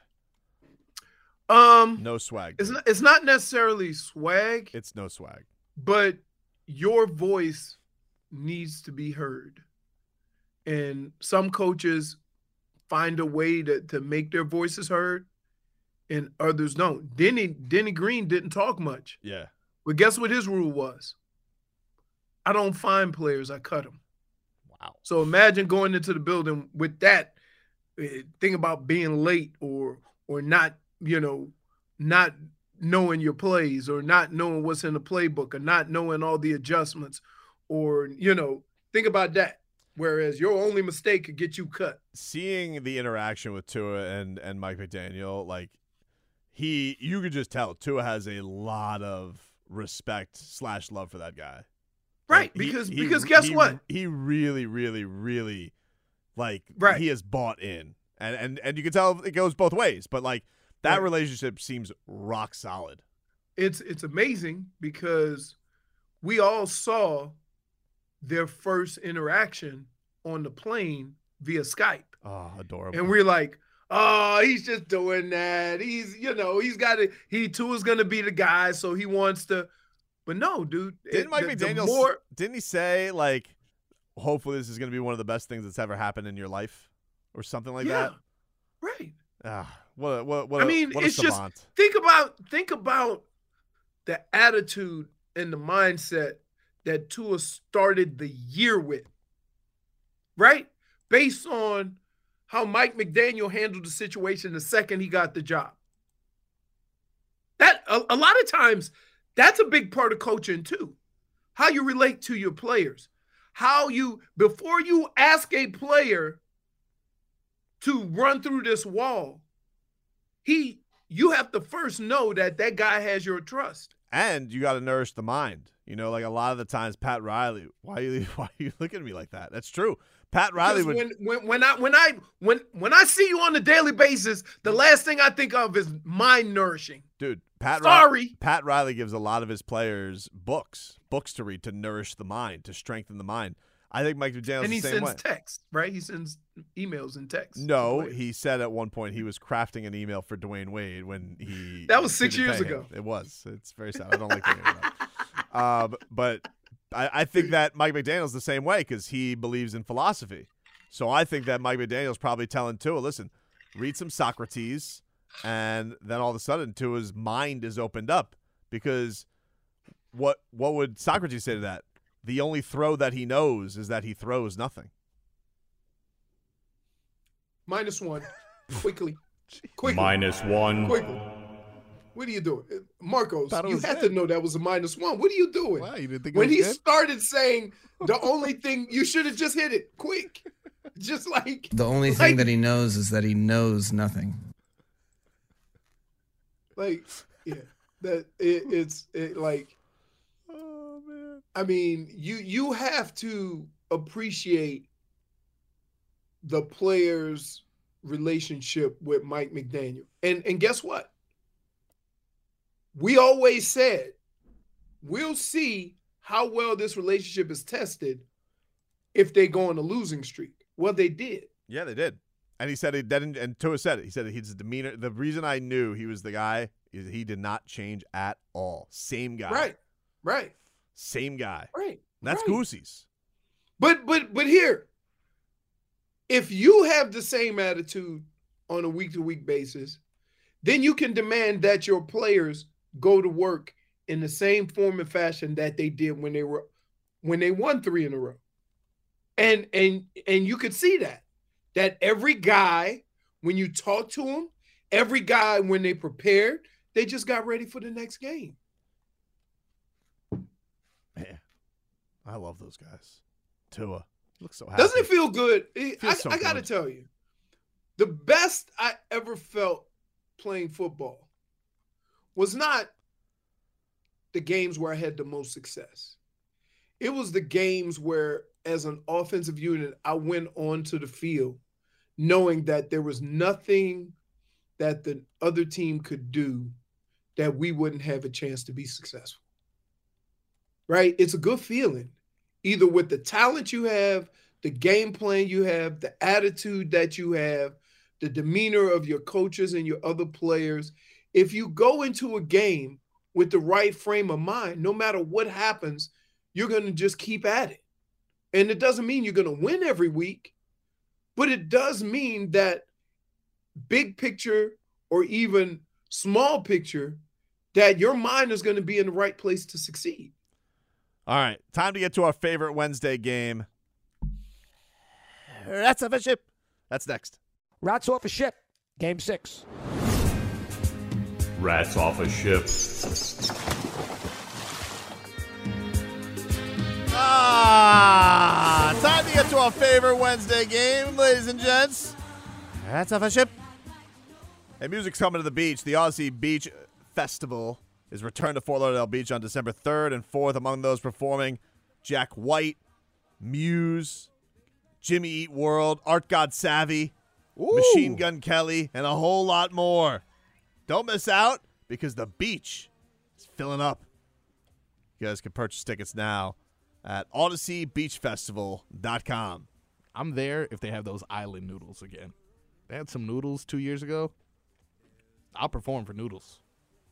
[SPEAKER 9] um,
[SPEAKER 2] No swag.
[SPEAKER 9] it's
[SPEAKER 2] dude.
[SPEAKER 9] not it's not necessarily swag,
[SPEAKER 2] It's no swag.
[SPEAKER 9] but your voice needs to be heard, and some coaches find a way to, to make their voices heard and others don't. Denny Denny Green didn't talk much.
[SPEAKER 2] Yeah.
[SPEAKER 9] But guess what his rule was? I don't find players, I cut them.
[SPEAKER 3] Wow.
[SPEAKER 9] So imagine going into the building with that eh, thing about being late or or not, you know, not knowing your plays or not knowing what's in the playbook or not knowing all the adjustments or you know, think about that. Whereas your only mistake could get you cut.
[SPEAKER 2] seeing the interaction with Tua and and Mike McDaniel, like he, you could just tell Tua has a lot of respect slash love for that guy.
[SPEAKER 9] Right.
[SPEAKER 2] Like, he-
[SPEAKER 9] because
[SPEAKER 2] he-
[SPEAKER 9] because guess
[SPEAKER 2] he-
[SPEAKER 9] what?
[SPEAKER 2] He really, really, really, like
[SPEAKER 9] Right.
[SPEAKER 2] he has bought in, and and and you can tell it goes both ways. But like that
[SPEAKER 9] Right.
[SPEAKER 2] relationship seems rock solid.
[SPEAKER 9] it's it's amazing because we all saw their first interaction on the plane via Skype.
[SPEAKER 2] Oh, adorable.
[SPEAKER 9] And we're like, oh, he's just doing that. He's, you know, he's got to, he too is going to be the guy. So he wants to, but no, dude. it-
[SPEAKER 2] didn't Mike
[SPEAKER 9] the- the
[SPEAKER 2] McDaniel s-
[SPEAKER 9] more-
[SPEAKER 2] didn't he say like, hopefully this is going to be one of the best things that's ever happened in your life, or something like
[SPEAKER 9] yeah,
[SPEAKER 2] that.
[SPEAKER 9] right.
[SPEAKER 2] Ah, what a, what a- what
[SPEAKER 9] I
[SPEAKER 2] a-
[SPEAKER 9] mean,
[SPEAKER 2] what a
[SPEAKER 9] it's just-
[SPEAKER 2] savant.
[SPEAKER 9] think about think about the attitude and the mindset that Tua started the year with, right? Based on how Mike McDaniel handled the situation the second he got the job. That a, a lot of times that's a big part of coaching too. How you relate to your players. How you before you ask a player to run through this wall, he you have to first know that that guy has your trust.
[SPEAKER 2] and you got to nourish the mind. You know, like a lot of the times, Pat Riley. Why you why you looking at me like that? That's true. Pat Riley
[SPEAKER 9] Because
[SPEAKER 2] would.
[SPEAKER 9] when, when when I when I when when I see you on a daily basis, the last thing I think of is mind nourishing.
[SPEAKER 2] dude, Pat. Ri-
[SPEAKER 9] Sorry.
[SPEAKER 2] Pat Riley gives a lot of his players books, books to read to nourish the mind, to strengthen the mind. I think Mike McDaniel's
[SPEAKER 9] and he
[SPEAKER 2] the same
[SPEAKER 9] sends
[SPEAKER 2] way.
[SPEAKER 9] texts, right? He sends emails and texts.
[SPEAKER 2] No, he said at one point he was crafting an email for Dwayne Wade when he
[SPEAKER 9] That was six
[SPEAKER 2] didn't
[SPEAKER 9] years
[SPEAKER 2] pay
[SPEAKER 9] ago.
[SPEAKER 2] him. It was. It's very sad. I don't like thinking about it. Um, but I, I think that Mike McDaniel's the same way because he believes in philosophy. So I think that Mike McDaniel's probably telling Tua, listen, read some Socrates, and then all of a sudden Tua's mind is opened up because what what would Socrates say to that? The only throw that he knows is that he throws nothing.
[SPEAKER 9] minus one, quickly, quickly,
[SPEAKER 10] Minus one.
[SPEAKER 9] quickly. What are you doing, Uh, Marcos?
[SPEAKER 3] Thought it
[SPEAKER 9] You
[SPEAKER 3] was
[SPEAKER 9] have
[SPEAKER 3] good.
[SPEAKER 9] to know that was a minus one. What are you doing?
[SPEAKER 3] Wow, you didn't think
[SPEAKER 9] when
[SPEAKER 3] it
[SPEAKER 9] he
[SPEAKER 3] was good?
[SPEAKER 9] started saying the only thing you should have just hit it quick, just like
[SPEAKER 1] The only
[SPEAKER 9] thing
[SPEAKER 1] that he knows is that he knows nothing.
[SPEAKER 9] like yeah that it, it's it, like
[SPEAKER 2] Oh man.
[SPEAKER 9] i mean you you have to appreciate the players relationship with mike mcdaniel and and guess what we always said we'll see how well this relationship is tested if they go on a losing streak well they did
[SPEAKER 2] Yeah, they did. And he said he didn't. And Tua said it. He said his demeanor. The reason I knew he was the guy is he did not change at all. Same guy.
[SPEAKER 9] right right
[SPEAKER 2] Same guy.
[SPEAKER 9] right
[SPEAKER 2] And that's
[SPEAKER 9] right.
[SPEAKER 2] Goosey's.
[SPEAKER 9] But but but here, if you have the same attitude on a week to week basis, then you can demand that your players go to work in the same form and fashion that they did when they were when they won three in a row. And and and you could see that that every guy when you talk to them, every guy when they prepared, they just got ready for the next game.
[SPEAKER 2] Man, I love those guys. Tua looks so happy.
[SPEAKER 9] Doesn't it feel good? It- I,
[SPEAKER 2] Feels so
[SPEAKER 9] I gotta
[SPEAKER 2] good.
[SPEAKER 9] tell you, the best I ever felt playing football was not the games where I had the most success. It was the games where, as an offensive unit, I went onto the field knowing that there was nothing that the other team could do that we wouldn't have a chance to be successful. Right? It's a good feeling, either with the talent you have, the game plan you have, the attitude that you have, the demeanor of your coaches and your other players. If you go into a game with the right frame of mind, no matter what happens, you're going to just keep at it. And it doesn't mean you're going to win every week, But it does mean that big picture or even small picture, that your mind is going to be in the right place to succeed.
[SPEAKER 2] All right, time to get to our favorite Wednesday game. That's a ship. That's next.
[SPEAKER 1] Rats off a ship. Game six.
[SPEAKER 10] Rats off a ship.
[SPEAKER 2] Ah, time to get to our favorite Wednesday game, ladies and gents. That's off a ship. And music's coming to the beach. The Aussie Beach Festival is returned to Fort Lauderdale Beach on December 3rd and 4th. Among those performing, Jack White, Muse, Jimmy Eat World, Art God Savvy, Machine Gun Kelly, and a whole lot more. Don't miss out because the beach is filling up. You guys can purchase tickets now at odysseybeachfestival.com.
[SPEAKER 3] I'm there if they have those island noodles again. They had some noodles two years ago. I'll perform for noodles.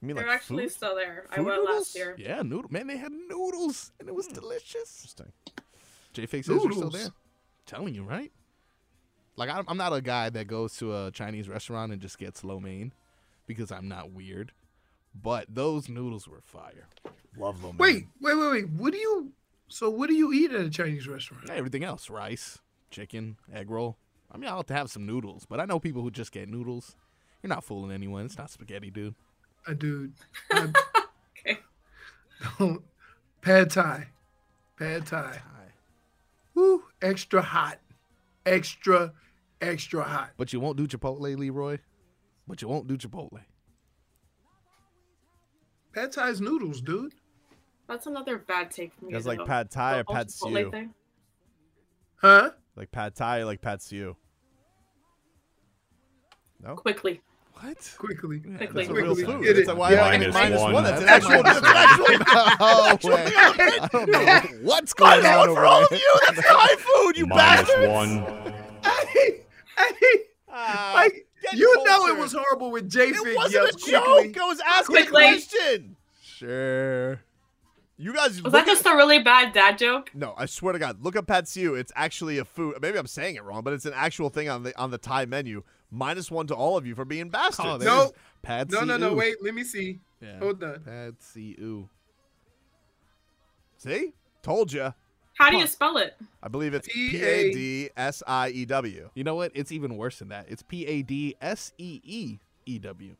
[SPEAKER 2] You mean
[SPEAKER 11] They're
[SPEAKER 2] like
[SPEAKER 11] actually
[SPEAKER 2] food?
[SPEAKER 11] still there. I
[SPEAKER 2] Food
[SPEAKER 11] went
[SPEAKER 2] noodles?
[SPEAKER 11] last year. Hmm.
[SPEAKER 3] Yeah, noodle. Man, they had noodles and it was delicious.
[SPEAKER 2] Interesting.
[SPEAKER 3] J Fix says you're still
[SPEAKER 9] Noodles.
[SPEAKER 3] there. telling you, right? Like I'm, I'm not a guy that goes to a Chinese restaurant and just gets lo mein because I'm not weird. But those noodles were fire.
[SPEAKER 2] Love them.
[SPEAKER 9] Wait, wait, wait, wait. What do you? So what do you eat at a Chinese restaurant?
[SPEAKER 3] Everything else, rice, chicken, egg roll. I mean, I'll have to have some noodles, but I know people who just get noodles. You're not fooling anyone. It's not spaghetti, dude.
[SPEAKER 9] I dude. I
[SPEAKER 11] Okay.
[SPEAKER 9] don't. Pad Thai. Pad Thai. Woo! Extra hot. Extra, extra hot.
[SPEAKER 3] But you won't do Chipotle, Leroy. But you won't do Chipotle.
[SPEAKER 9] Pad Thai's noodles, dude.
[SPEAKER 11] That's another bad take from you.
[SPEAKER 2] You guys like
[SPEAKER 11] though.
[SPEAKER 2] pad thai
[SPEAKER 11] The
[SPEAKER 2] or
[SPEAKER 11] whole
[SPEAKER 2] pad
[SPEAKER 11] Chipotle
[SPEAKER 2] siu?
[SPEAKER 11] thing.
[SPEAKER 9] Huh?
[SPEAKER 2] Like pad thai, or like pad siu.
[SPEAKER 11] Quickly.
[SPEAKER 3] What?
[SPEAKER 11] Quickly.
[SPEAKER 9] Quickly.
[SPEAKER 2] That's a real
[SPEAKER 9] Quickly.
[SPEAKER 2] food.
[SPEAKER 9] Get
[SPEAKER 2] It's
[SPEAKER 9] it.
[SPEAKER 2] a why am I
[SPEAKER 10] Minus
[SPEAKER 2] getting minus
[SPEAKER 10] one.
[SPEAKER 2] one. That's an actual. That's an actual.
[SPEAKER 3] Oh, wait. I don't know what's going on over there.
[SPEAKER 2] you. That's Thai food.
[SPEAKER 10] Minus one.
[SPEAKER 9] Hey, hey, like you know it was horrible with J Fig.
[SPEAKER 2] It wasn't a
[SPEAKER 9] yes, quickly.
[SPEAKER 2] joke. I was asking
[SPEAKER 11] Quickly.
[SPEAKER 2] a question.
[SPEAKER 3] Sure.
[SPEAKER 2] You guys.
[SPEAKER 11] Was that
[SPEAKER 2] look at-
[SPEAKER 11] just a really bad dad joke?
[SPEAKER 2] No, I swear to God, look up Pad Siu. It's actually a food. Maybe I'm saying it wrong, but it's an actual thing on the on the Thai menu. Minus one to all of you for being bastards.
[SPEAKER 3] Oh, there's
[SPEAKER 9] No.
[SPEAKER 3] Pad
[SPEAKER 9] No, no, no.
[SPEAKER 3] Siu.
[SPEAKER 9] Wait, let me see.
[SPEAKER 3] Yeah.
[SPEAKER 9] Hold on.
[SPEAKER 3] Pad Siu.
[SPEAKER 2] See, told you.
[SPEAKER 11] How do you spell it?
[SPEAKER 2] I believe it's
[SPEAKER 9] P A-
[SPEAKER 2] P A D S I E W.
[SPEAKER 3] You know what? It's even worse than that. It's P A D S E E E W.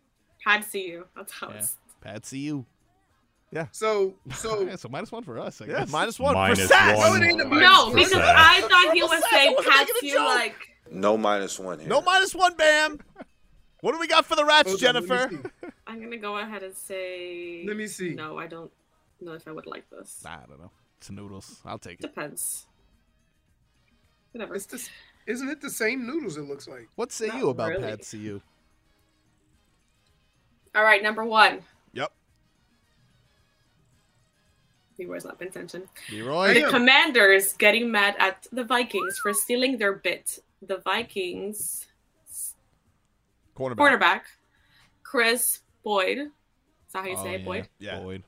[SPEAKER 11] Had see you. That's how
[SPEAKER 3] Yeah.
[SPEAKER 11] Oh, it's.
[SPEAKER 3] Pad Siu.
[SPEAKER 9] So,
[SPEAKER 3] Oh,
[SPEAKER 9] so
[SPEAKER 3] yeah, so minus one for us. I
[SPEAKER 2] Yeah,
[SPEAKER 3] guess.
[SPEAKER 2] minus one.
[SPEAKER 10] Minus
[SPEAKER 2] for Sass.
[SPEAKER 10] one.
[SPEAKER 11] No,
[SPEAKER 10] for
[SPEAKER 11] because
[SPEAKER 10] that.
[SPEAKER 11] I thought he
[SPEAKER 2] Purple
[SPEAKER 11] was
[SPEAKER 2] sack, I
[SPEAKER 11] saying
[SPEAKER 2] wasn't
[SPEAKER 11] had
[SPEAKER 2] making a
[SPEAKER 11] you
[SPEAKER 2] joke.
[SPEAKER 11] like.
[SPEAKER 12] No minus one here.
[SPEAKER 2] No minus one, Bam. What do we got for the rats,
[SPEAKER 9] hold on, let me
[SPEAKER 2] Jennifer?
[SPEAKER 9] see.
[SPEAKER 11] I'm gonna go ahead and say.
[SPEAKER 9] Let me see.
[SPEAKER 11] No, I don't know if I would like this.
[SPEAKER 3] I don't know. It's noodles. I'll take it.
[SPEAKER 11] Depends. Whatever.
[SPEAKER 9] It's this, isn't it the same noodles? It looks like.
[SPEAKER 3] What say
[SPEAKER 11] Not
[SPEAKER 3] you about
[SPEAKER 11] really.
[SPEAKER 3] Pad Siu?
[SPEAKER 11] All right, number one.
[SPEAKER 2] Yep.
[SPEAKER 11] Leroy's not paying attention.
[SPEAKER 3] Leroy.
[SPEAKER 9] Yeah.
[SPEAKER 11] The commanders getting mad at the Vikings for stealing their bit. The Vikings
[SPEAKER 2] Cornerback.
[SPEAKER 11] cornerback, Chris Boyd, is that how you
[SPEAKER 3] Oh,
[SPEAKER 11] say it,
[SPEAKER 3] yeah.
[SPEAKER 11] Boyd?
[SPEAKER 2] Yeah.
[SPEAKER 3] Boyd.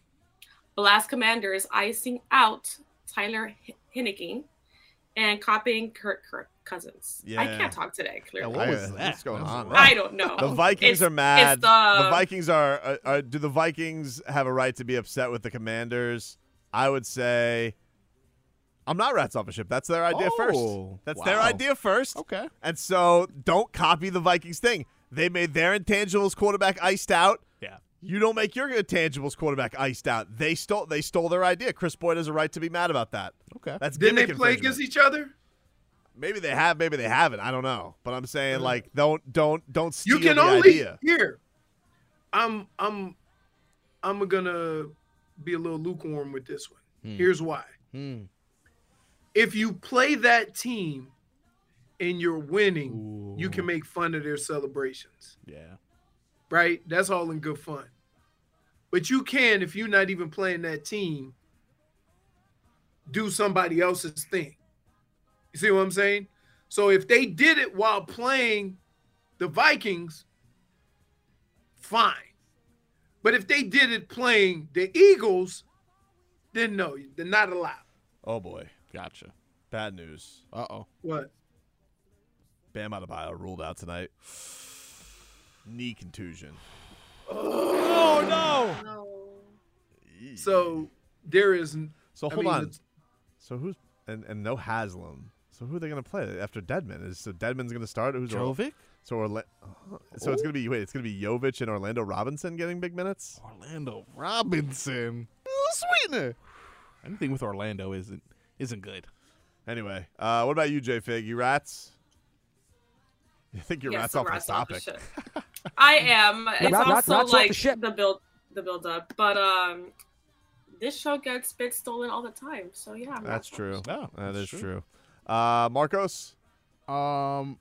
[SPEAKER 11] The last commanders icing out Tyler H- Hinnicky and copying Kirk, Kirk Cousins. I
[SPEAKER 2] Yeah.
[SPEAKER 11] can't talk today, clearly.
[SPEAKER 3] What
[SPEAKER 2] I-
[SPEAKER 3] was that?
[SPEAKER 2] What's going
[SPEAKER 3] That was
[SPEAKER 2] on?
[SPEAKER 11] I don't know.
[SPEAKER 2] The Vikings
[SPEAKER 11] It's-
[SPEAKER 2] are mad.
[SPEAKER 11] It's uh, the,
[SPEAKER 2] The Vikings are, are, are. Do the Vikings have a right to be upset with the Commanders? I would say, I'm not rats off a ship. That's their idea
[SPEAKER 3] Oh,
[SPEAKER 2] first. That's their
[SPEAKER 3] wow.
[SPEAKER 2] idea first.
[SPEAKER 3] Okay.
[SPEAKER 2] And so, don't copy the Vikings thing. They made their intangibles quarterback iced out.
[SPEAKER 3] Yeah.
[SPEAKER 2] You don't make your intangibles quarterback iced out. They stole. They stole their idea. Chris Boyd has a right to be mad about that.
[SPEAKER 3] Okay.
[SPEAKER 2] That's
[SPEAKER 9] Didn't they
[SPEAKER 2] gimmick
[SPEAKER 9] play
[SPEAKER 2] infringement.
[SPEAKER 9] against each other?
[SPEAKER 2] Maybe they have. Maybe they haven't. I don't know. But I'm saying like don't don't don't steal
[SPEAKER 9] You can
[SPEAKER 2] the
[SPEAKER 9] only
[SPEAKER 2] idea.
[SPEAKER 9] here. I'm I'm I'm gonna be a little lukewarm with this one. Here's why.
[SPEAKER 3] Hmm.
[SPEAKER 9] If you play that team and you're winning, you can make fun of their celebrations.
[SPEAKER 3] Yeah.
[SPEAKER 9] right? That's all in good fun. But you can, if you're not even playing that team, do somebody else's thing. You see what I'm saying? So if they did it while playing the Vikings, fine. But if they did it playing the Eagles, then no, they're not allowed.
[SPEAKER 2] Oh boy,
[SPEAKER 3] Gotcha.
[SPEAKER 2] bad news.
[SPEAKER 3] Uh oh.
[SPEAKER 9] What?
[SPEAKER 2] Bam Adebayo ruled out tonight. Knee contusion.
[SPEAKER 9] Oh no! So there is. n-
[SPEAKER 2] So
[SPEAKER 9] I
[SPEAKER 2] hold
[SPEAKER 9] mean,
[SPEAKER 2] on.
[SPEAKER 9] it's-
[SPEAKER 2] So who's and, and no Haslam. So who are they going to play after Deadman? Is so Deadman's going to start? Who's Orla-
[SPEAKER 3] Jovic?
[SPEAKER 2] So Orla- uh-huh. So it's going to be wait. It's going to be Jovic and Orlando Robinson getting big minutes.
[SPEAKER 3] Orlando Robinson. Little sweetener. Anything with Orlando isn't isn't good.
[SPEAKER 2] Anyway, uh, what about you, J Fig? You rats? You think your
[SPEAKER 11] Yeah,
[SPEAKER 2] rats
[SPEAKER 11] so
[SPEAKER 2] off
[SPEAKER 11] rats
[SPEAKER 2] the
[SPEAKER 11] off the
[SPEAKER 2] topic?
[SPEAKER 11] I am. It's
[SPEAKER 2] Rock- rock-
[SPEAKER 11] also
[SPEAKER 2] rock's off the
[SPEAKER 11] like
[SPEAKER 2] ship.
[SPEAKER 11] the build, the build up, but um, this show gets bit stolen all the time. So yeah, I'm
[SPEAKER 2] That's
[SPEAKER 11] not-
[SPEAKER 2] true.
[SPEAKER 3] Yeah,
[SPEAKER 2] that
[SPEAKER 3] that's
[SPEAKER 2] is true.
[SPEAKER 3] true.
[SPEAKER 2] Uh, Marcos.
[SPEAKER 3] Um,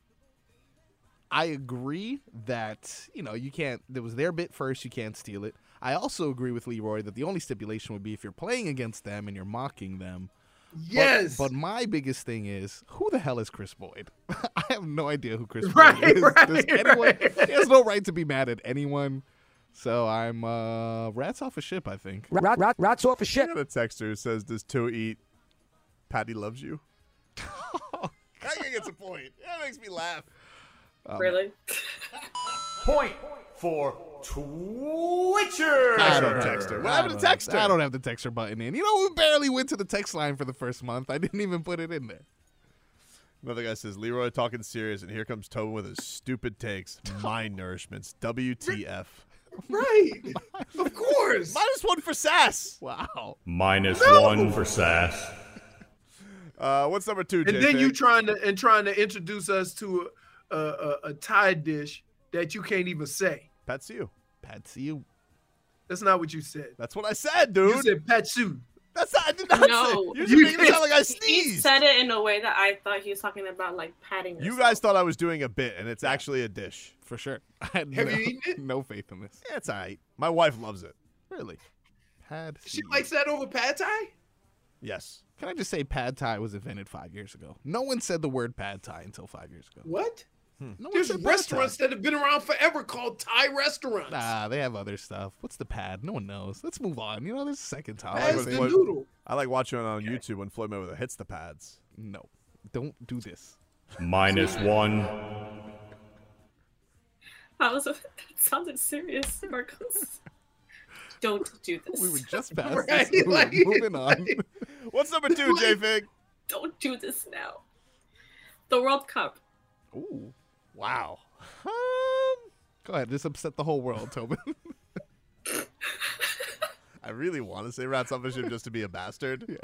[SPEAKER 3] I agree that you know you can't. There was their bit first. You can't steal it. I also agree with Leroy that the only stipulation would be if you're playing against them and you're mocking them. But-
[SPEAKER 9] Yes.
[SPEAKER 3] But, my biggest thing is who the hell is Chris Boyd? I have no idea who Chris
[SPEAKER 9] Right,
[SPEAKER 3] Boyd is.
[SPEAKER 9] right,
[SPEAKER 3] Does anyone-
[SPEAKER 9] right.
[SPEAKER 3] He has no right to be mad at anyone. So I'm uh, rats off a ship. I think.
[SPEAKER 2] Rot, rot, rot's off a shit. I got a texter who says, "Does Toe eat? Patty loves you." I think it's a point. That makes me laugh.
[SPEAKER 11] Really?
[SPEAKER 10] Um, Point for Twitcher.
[SPEAKER 3] I
[SPEAKER 2] don't text her. What happened to text her?
[SPEAKER 3] I don't have the texter button in. You know, we barely went to the text line for the first month. I didn't even put it in there.
[SPEAKER 2] Another guy says, "Leroy talking serious, and here comes Tobin with his stupid takes. Mind nourishments. WTF?
[SPEAKER 9] Right. of course.
[SPEAKER 2] Minus one for Sass.
[SPEAKER 3] Wow.
[SPEAKER 10] Minus
[SPEAKER 9] No!
[SPEAKER 10] one for Sass.
[SPEAKER 2] Uh, what's number two?
[SPEAKER 9] and then
[SPEAKER 2] J-Fig?
[SPEAKER 9] you trying to and trying to introduce us to a, a, a, a Thai dish that you can't even say.
[SPEAKER 2] Patsu.
[SPEAKER 3] Patsu.
[SPEAKER 9] That's not what you said.
[SPEAKER 2] That's what I said, dude.
[SPEAKER 9] You said patsu.
[SPEAKER 2] That's not, I did not
[SPEAKER 11] No.
[SPEAKER 2] say. You're just making it sound like I
[SPEAKER 11] He
[SPEAKER 2] sneezed.
[SPEAKER 11] said it in a way that I thought he was talking about like patting.
[SPEAKER 2] You
[SPEAKER 11] us.
[SPEAKER 2] guys thought I was doing a bit, and it's actually a dish.
[SPEAKER 3] For sure. I had
[SPEAKER 9] Have
[SPEAKER 3] no,
[SPEAKER 9] you eaten it?
[SPEAKER 3] no faith in this.
[SPEAKER 2] Yeah, it's all right. My wife loves it.
[SPEAKER 3] Really? Pad
[SPEAKER 9] She
[SPEAKER 3] Thai.
[SPEAKER 9] likes that over pad thai.
[SPEAKER 2] Yes.
[SPEAKER 3] Can I just say pad thai was invented five years ago? No one said the word pad thai until five years ago.
[SPEAKER 9] What?
[SPEAKER 3] No one
[SPEAKER 9] There's
[SPEAKER 3] said pad
[SPEAKER 9] restaurants
[SPEAKER 3] thai.
[SPEAKER 9] that have been around forever called Thai restaurants.
[SPEAKER 3] Nah, they have other stuff. What's the pad? No one knows. Let's move on. You know, there's a second time.
[SPEAKER 9] Pads
[SPEAKER 2] what-
[SPEAKER 9] and
[SPEAKER 2] what-
[SPEAKER 9] noodle.
[SPEAKER 2] I like watching it on YouTube when Floyd Mayweather hits the pads.
[SPEAKER 3] No, don't do this.
[SPEAKER 10] Minus one.
[SPEAKER 11] That was a, that sounded serious, Marcos. Don't do this.
[SPEAKER 3] We were just past
[SPEAKER 9] Right,
[SPEAKER 3] this. We were
[SPEAKER 9] like-
[SPEAKER 3] moving on.
[SPEAKER 2] What's number two, J Fig?
[SPEAKER 11] Don't do this now. The World Cup.
[SPEAKER 3] Ooh.
[SPEAKER 2] Wow. Oh,
[SPEAKER 3] Um, go ahead. Just upset the whole world, Tobin.
[SPEAKER 2] I really want to say Rats on a Ship just to be a bastard.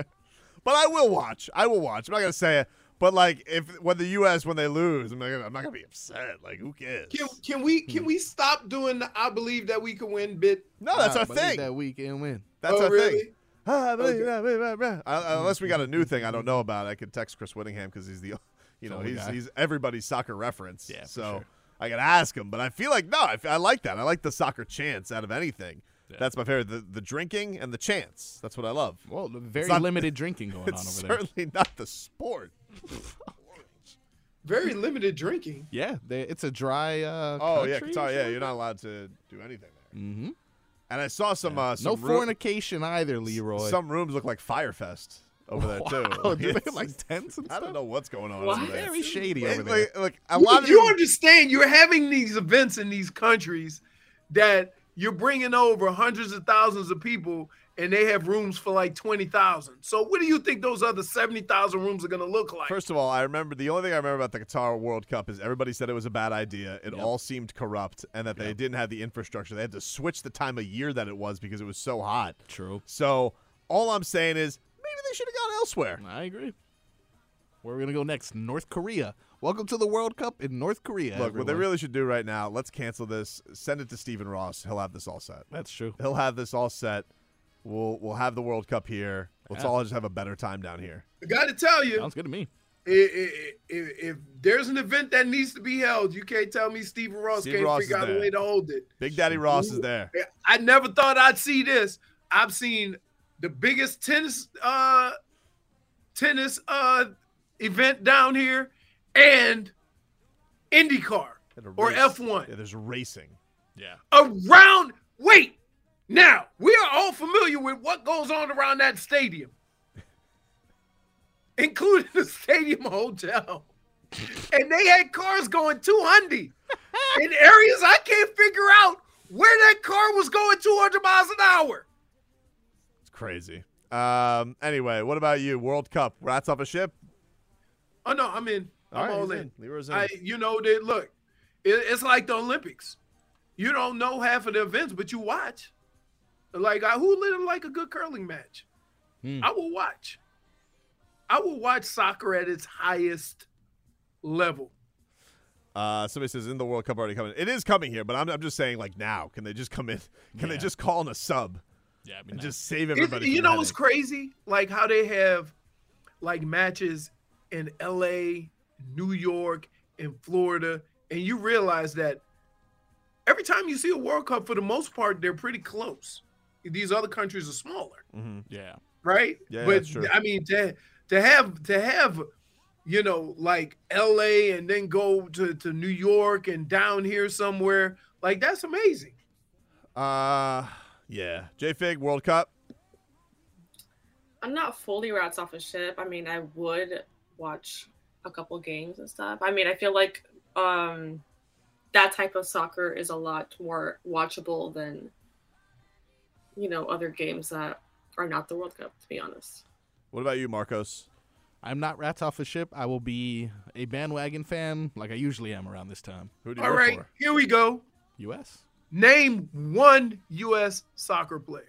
[SPEAKER 2] But I will watch. I will watch. I'm not gonna say it. But like, if when the U.S. when they lose, I'm not gonna, I'm not gonna be upset. Like, who cares?
[SPEAKER 9] Can, can we
[SPEAKER 2] Hmm.
[SPEAKER 9] can we stop doing the I believe that we can win bit?
[SPEAKER 2] no, that's
[SPEAKER 3] Ah,
[SPEAKER 2] our
[SPEAKER 3] but leave
[SPEAKER 2] thing.
[SPEAKER 3] That weekend win.
[SPEAKER 2] That's
[SPEAKER 9] Oh,
[SPEAKER 2] our
[SPEAKER 9] really?
[SPEAKER 2] thing. Ah, blah, blah, blah, blah, blah. Uh, Unless we got a new thing I don't know about, I could text Chris Whittingham because he's the, you know,
[SPEAKER 3] only
[SPEAKER 2] he's
[SPEAKER 3] guy.
[SPEAKER 2] he's everybody's soccer reference.
[SPEAKER 3] Yeah, for
[SPEAKER 2] so
[SPEAKER 3] sure.
[SPEAKER 2] I could ask him, but I feel like no, I, f- I like that. I like the soccer chance out of anything. That's my favorite. The the drinking and the chance. That's what I love.
[SPEAKER 3] Well, the very
[SPEAKER 2] not-
[SPEAKER 3] limited drinking going on over
[SPEAKER 2] it's
[SPEAKER 3] there.
[SPEAKER 2] certainly not the sport. Hmm.
[SPEAKER 9] Very limited drinking.
[SPEAKER 3] Yeah, they, it's a dry. Uh,
[SPEAKER 2] Oh yeah,
[SPEAKER 3] country or
[SPEAKER 2] Qatar. Yeah,
[SPEAKER 3] something.
[SPEAKER 2] you're not allowed to do anything there.
[SPEAKER 3] Mm-hmm.
[SPEAKER 2] And I saw some uh, some
[SPEAKER 3] No
[SPEAKER 2] roo-
[SPEAKER 3] fornication either, Leroy.
[SPEAKER 2] Some rooms look like Firefest over there too.
[SPEAKER 3] Wow, do they
[SPEAKER 2] It's-
[SPEAKER 3] have, like tents and
[SPEAKER 2] I don't
[SPEAKER 3] stuff?
[SPEAKER 2] know what's going on
[SPEAKER 11] What?
[SPEAKER 2] over there.
[SPEAKER 3] very shady
[SPEAKER 2] Like-
[SPEAKER 3] over there.
[SPEAKER 2] Like, like, a
[SPEAKER 9] You-
[SPEAKER 2] lot of
[SPEAKER 9] you
[SPEAKER 2] them-
[SPEAKER 9] understand you're having these events in these countries that you're bringing over hundreds of thousands of people and they have rooms for like 20,000. So what do you think those other 70,000 rooms are going to look like?
[SPEAKER 2] First of all, I remember the only thing I remember about the Qatar World Cup is everybody said it was a bad idea. It all seemed corrupt and that they didn't have the infrastructure. They had to switch the time of year that it was because it was so hot.
[SPEAKER 3] True.
[SPEAKER 2] So all I'm saying is maybe they should have gone elsewhere.
[SPEAKER 3] I agree. Where are we gonna go next? North Korea. Welcome to the World Cup in North Korea.
[SPEAKER 2] Look, what they
[SPEAKER 3] everyone.
[SPEAKER 2] really should do right now, let's cancel this. Send it to Stephen Ross. He'll have this all set.
[SPEAKER 3] That's true.
[SPEAKER 2] He'll have this all set. We'll we'll have the World Cup here. Let's
[SPEAKER 3] Yeah.
[SPEAKER 2] all just have a better time down here.
[SPEAKER 9] I got to tell you,
[SPEAKER 3] Sounds good to me.
[SPEAKER 9] i- i- i- if, if there's an event that needs to be held, you can't tell me Stephen Ross
[SPEAKER 2] Steve
[SPEAKER 9] can't
[SPEAKER 2] Ross
[SPEAKER 9] figure
[SPEAKER 2] is
[SPEAKER 9] out a
[SPEAKER 2] there.
[SPEAKER 9] way to hold it.
[SPEAKER 2] Big Daddy Ross is there.
[SPEAKER 9] I never thought I'd see this. I've seen the biggest tennis uh tennis uh event down here and IndyCar
[SPEAKER 2] And a
[SPEAKER 9] or
[SPEAKER 2] race.
[SPEAKER 9] F1
[SPEAKER 2] Yeah, there's racing.
[SPEAKER 9] around wait. Now, we are all familiar with what goes on around that stadium. Including the stadium hotel. and they had cars going 200 in areas I can't figure out where that car was going 200 miles an hour.
[SPEAKER 2] It's crazy. Um. Anyway, what about you? World Cup. Rats off a ship.
[SPEAKER 9] Oh no, I'm in.
[SPEAKER 2] All
[SPEAKER 9] I'm
[SPEAKER 2] right,
[SPEAKER 9] all
[SPEAKER 2] he's
[SPEAKER 9] in.
[SPEAKER 2] in. Leroy's in.
[SPEAKER 9] I, you know that. Look, it, it's like the Olympics. You don't know half of the events, but you watch. Like I, who little like a good curling match? I will watch. I will watch soccer at its highest level.
[SPEAKER 2] Uh, somebody says, "In the World Cup already coming? It is coming here, but I'm, I'm just saying, like now, can they just come in? Can they just call in a sub?
[SPEAKER 12] Yeah,
[SPEAKER 2] and just save
[SPEAKER 9] It's-
[SPEAKER 2] everybody.
[SPEAKER 9] you
[SPEAKER 2] from the
[SPEAKER 9] know what's
[SPEAKER 2] headache?
[SPEAKER 9] crazy? Like how they have like matches in LA, New York, and Florida, and you realize that every time you see a World Cup, for the most part, they're pretty close. These other countries are smaller,
[SPEAKER 12] Yeah.
[SPEAKER 9] right?
[SPEAKER 12] Yeah, yeah,
[SPEAKER 9] but
[SPEAKER 12] that's true.
[SPEAKER 9] I mean to to have to have you know like LA and then go to, to New York and down here somewhere, like that's amazing.
[SPEAKER 2] Uh, yeah. J Fig World Cup.
[SPEAKER 11] I'm not fully rats off a ship. I mean, I would watch a couple games and stuff. I mean, I feel like um that type of soccer is a lot more watchable than you know other games that are not the World Cup. To be honest,
[SPEAKER 2] What about you, Marcos?
[SPEAKER 3] I'm not rats off a ship. I will be a bandwagon fan like I usually am around this time.
[SPEAKER 2] Who
[SPEAKER 3] do
[SPEAKER 9] All right, here we go.
[SPEAKER 3] U.S.
[SPEAKER 9] Name one U.S. soccer player.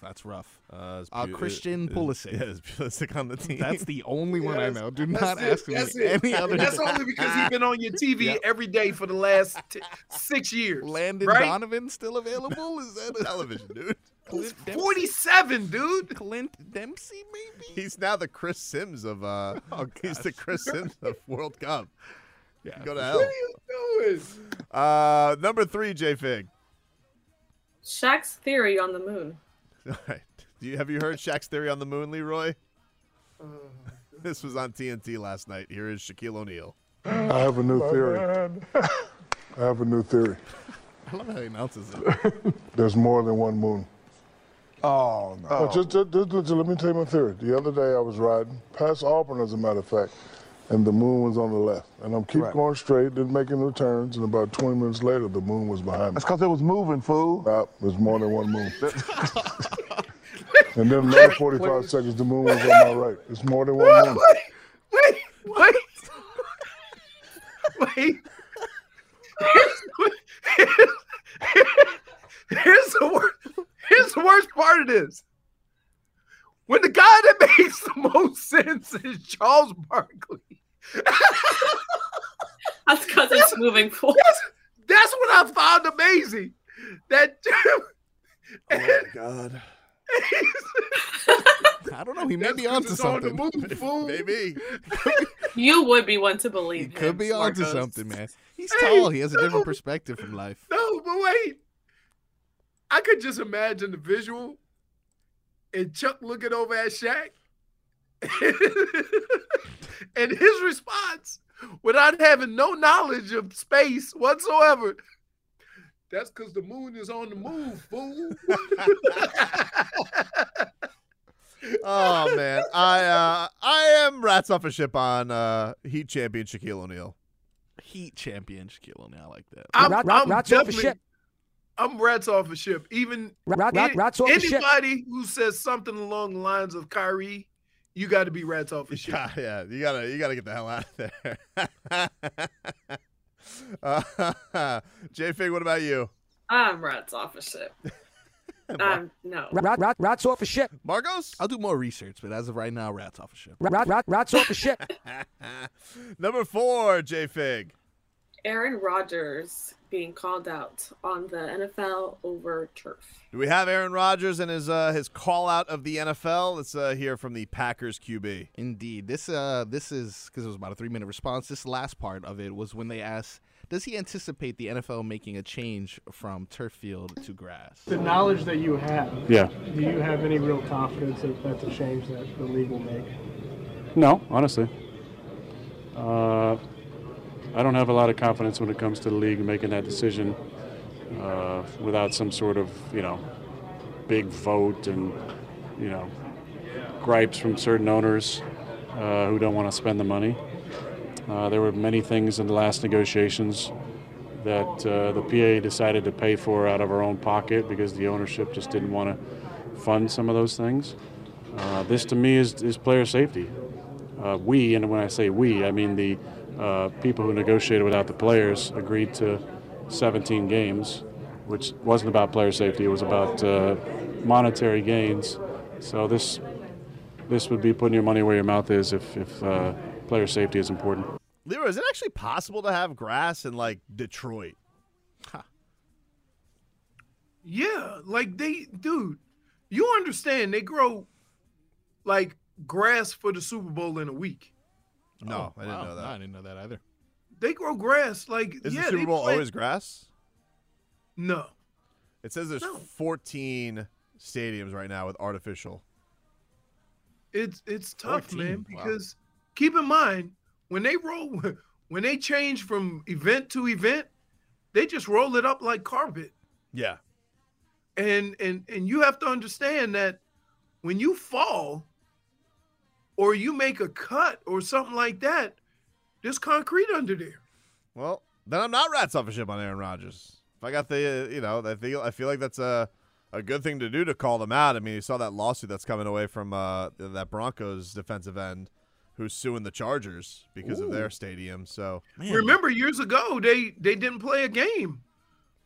[SPEAKER 3] That's rough.
[SPEAKER 2] Uh, it's
[SPEAKER 3] Uh,
[SPEAKER 2] Pu-
[SPEAKER 3] Christian
[SPEAKER 2] it- it-
[SPEAKER 3] Pulisic.
[SPEAKER 2] Yeah, it's Pulisic on the team.
[SPEAKER 3] That's the only one I
[SPEAKER 9] Yes,
[SPEAKER 3] know. Do
[SPEAKER 9] that's
[SPEAKER 3] not
[SPEAKER 9] it,
[SPEAKER 3] ask me
[SPEAKER 9] that's it.
[SPEAKER 3] any other.
[SPEAKER 9] And that's
[SPEAKER 3] thing.
[SPEAKER 9] only because he's been on your TV
[SPEAKER 3] Yeah.
[SPEAKER 9] every day for the last t- six years.
[SPEAKER 3] Landon
[SPEAKER 9] right?
[SPEAKER 3] Donovan still available? Is that a
[SPEAKER 2] television, dude?
[SPEAKER 9] He's
[SPEAKER 3] Clint Dempsey?
[SPEAKER 9] 47, dude.
[SPEAKER 3] Clint Dempsey, maybe?
[SPEAKER 2] He's now the Chris Sims of uh. he's the Chris Sims of World Cup.
[SPEAKER 3] Yeah.
[SPEAKER 2] Go to
[SPEAKER 9] What are
[SPEAKER 2] hell.
[SPEAKER 9] you doing?
[SPEAKER 2] Uh, number three, J Fig.
[SPEAKER 11] Shaq's theory on the moon.
[SPEAKER 2] All right. Do you have you heard Shaq's theory on the moon, Leroy? Uh, This was on TNT last night. Here is Shaquille O'Neal.
[SPEAKER 13] I have a new theory. I have a new theory.
[SPEAKER 3] I love how he announces it.
[SPEAKER 13] There's more than one moon.
[SPEAKER 14] Oh no.
[SPEAKER 13] Oh, just, just, just- just let me tell you my theory. The other day I was riding past Auburn, as a matter of fact, and the moon was on the left. And I'm keep
[SPEAKER 14] Right.
[SPEAKER 13] going straight, didn't make any returns, and about 20 minutes later, the moon was behind me.
[SPEAKER 14] That's because it was moving, fool.
[SPEAKER 13] Stop. There's more than one moon. and then another 45 seconds, the moon was on my right. It's more than one moon.
[SPEAKER 9] Wait, wait. Wait. Here's, here's the wor- here's the worst part of this. When the guy that makes the most sense is Charles Barkley.
[SPEAKER 11] That's because it's moving forward.
[SPEAKER 9] That's, that's what I found amazing. That
[SPEAKER 2] Oh my god.
[SPEAKER 3] I don't know. He may be onto something.
[SPEAKER 2] Maybe.
[SPEAKER 11] You would be one to
[SPEAKER 3] He
[SPEAKER 11] believe.
[SPEAKER 3] could
[SPEAKER 11] him,
[SPEAKER 3] be onto
[SPEAKER 11] Marcos.
[SPEAKER 3] something, man. He's
[SPEAKER 9] Hey,
[SPEAKER 3] tall. He has a
[SPEAKER 9] no.
[SPEAKER 3] different perspective from life.
[SPEAKER 9] No, but wait. I could just imagine the visual and Chuck looking over at Shaq. and his response, without having no knowledge of space whatsoever, that's because the moon is on the move, fool.
[SPEAKER 2] Oh man, I uh, I am rats off a ship on uh, Heat champion Shaquille O'Neal.
[SPEAKER 3] Heat champion Shaquille O'Neal. I like that.
[SPEAKER 9] I'm,
[SPEAKER 3] Rat-
[SPEAKER 9] I'm
[SPEAKER 3] rats off a
[SPEAKER 9] definitely,
[SPEAKER 3] ship.
[SPEAKER 9] I'm rats off a ship. Even
[SPEAKER 3] Rat- rat-
[SPEAKER 9] a-
[SPEAKER 3] rats off a ship.
[SPEAKER 9] anybody who says something along the lines of Kyrie, you got to be rats off a ship.
[SPEAKER 2] Yeah, yeah, you gotta you gotta get the hell out of there. uh, J Fig, what about you?
[SPEAKER 11] I'm rats off a ship. um, no.
[SPEAKER 3] rats off a ship.
[SPEAKER 2] Margos?
[SPEAKER 3] I'll do more research, but as of right now, rats off a ship.
[SPEAKER 6] Rat, rat, rats off a ship.
[SPEAKER 2] Number four, J Fig.
[SPEAKER 11] Aaron Rodgers being called out on the NFL over turf.
[SPEAKER 2] Do we have Aaron Rodgers and his uh, his call out of the NFL? Let's uh, hear from the Packers QB.
[SPEAKER 3] Indeed, this uh, this is because it was about a three minute response. This last part of it was when they asked, "Does he anticipate the NFL making a change from turf field to grass?"
[SPEAKER 15] The knowledge that you have.
[SPEAKER 16] Yeah.
[SPEAKER 15] Do you have any real confidence that that's a change that the league will make?
[SPEAKER 16] No, honestly. Uh, I don't have a lot of confidence when it comes to the league making that decision uh, without some sort of, you know, big vote and, you know, gripes from certain owners uh, who don't want to spend the money. Uh, there were many things in the last negotiations that uh, the PA decided to pay for out of our own pocket because the ownership just didn't want to fund some of those things. Uh, this to me is, is player safety. Uh, we, and when I say we, I mean the uh, people who negotiated without the players agreed to 17 games, which wasn't about player safety, it was about uh, monetary gains. So this, this would be putting your money where your mouth is if, if uh, player safety is important.
[SPEAKER 2] Leroy, is it actually possible to have grass in like Detroit?
[SPEAKER 9] Yeah, like they, dude, you understand they grow like grass for the Super Bowl in a week.
[SPEAKER 2] No, I didn't know that.
[SPEAKER 3] I didn't know that either.
[SPEAKER 9] They grow grass like
[SPEAKER 2] Is
[SPEAKER 9] yeah.
[SPEAKER 2] the Super
[SPEAKER 9] they
[SPEAKER 2] Bowl
[SPEAKER 9] plant-
[SPEAKER 2] always grass?
[SPEAKER 9] No.
[SPEAKER 2] It says there's 14 stadiums right now with artificial.
[SPEAKER 9] It's it's tough,
[SPEAKER 2] 14,
[SPEAKER 9] man.
[SPEAKER 2] wow.
[SPEAKER 9] Because keep in mind when they roll, when they change from event to event, they just roll it up like carpet.
[SPEAKER 2] Yeah.
[SPEAKER 9] and and and you have to understand that when you fall or you make a cut or something like that there's concrete under there
[SPEAKER 2] Well, then I'm not rat selfish on Aaron Rodgers. If I got the, uh, you know, I feel I feel like that's a a good thing to do to call them out. I mean, you saw that lawsuit that's coming away from uh, that Broncos defensive end who's suing the Chargers because of
[SPEAKER 9] Ooh.
[SPEAKER 2] their stadium. So
[SPEAKER 9] remember years ago they they didn't play a game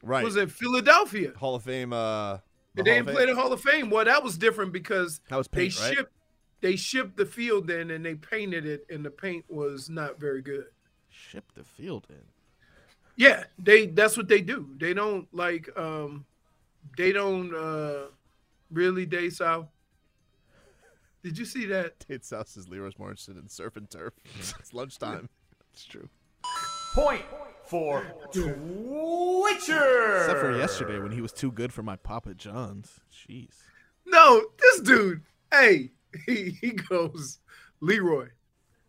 [SPEAKER 2] right,
[SPEAKER 9] was in philadelphia
[SPEAKER 2] Hall of Fame. Uh,
[SPEAKER 9] they
[SPEAKER 2] the Hall of
[SPEAKER 9] didn't play
[SPEAKER 2] Fame?
[SPEAKER 9] the hall of fame well that was different because
[SPEAKER 2] That was paint,
[SPEAKER 9] they
[SPEAKER 2] right?
[SPEAKER 9] shipped they shipped the field then and they painted it and the paint was not very good
[SPEAKER 3] Ship the field in.
[SPEAKER 9] Yeah, they that's what they do. They don't like um they don't uh really day south. Did you see that?
[SPEAKER 2] Dade South says Leroy's more interested in surf and turf. it's lunchtime. it's true.
[SPEAKER 10] Point for Twitcher.
[SPEAKER 3] Except for yesterday when he was too good for my Papa John's. Jeez.
[SPEAKER 9] No, this dude, hey, he, he goes, Leroy.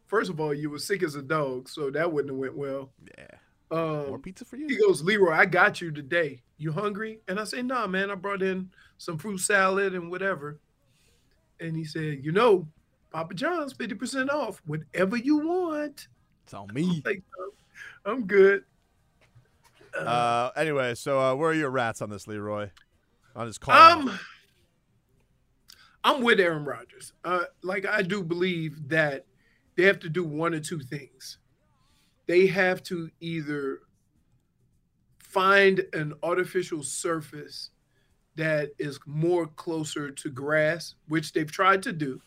[SPEAKER 9] First of all, you were sick as a dog, so that wouldn't have went well.
[SPEAKER 3] Yeah.
[SPEAKER 9] Um,
[SPEAKER 3] More pizza for you?
[SPEAKER 9] He goes, Leroy, I got you today. You hungry? And I say, Nah, man, I brought in some fruit salad and whatever. And he said, You know, Papa John's 50% off, whatever you want.
[SPEAKER 3] It's on me.
[SPEAKER 9] Like, I'm good.
[SPEAKER 2] Uh, anyway, so uh, where are your rats on this, Leroy? On his call.
[SPEAKER 9] Um, I'm with Aaron Rodgers. Uh, like I do believe that they have to do one or two things. They have to either find an artificial surface that is more closer to grass, which they've tried to do.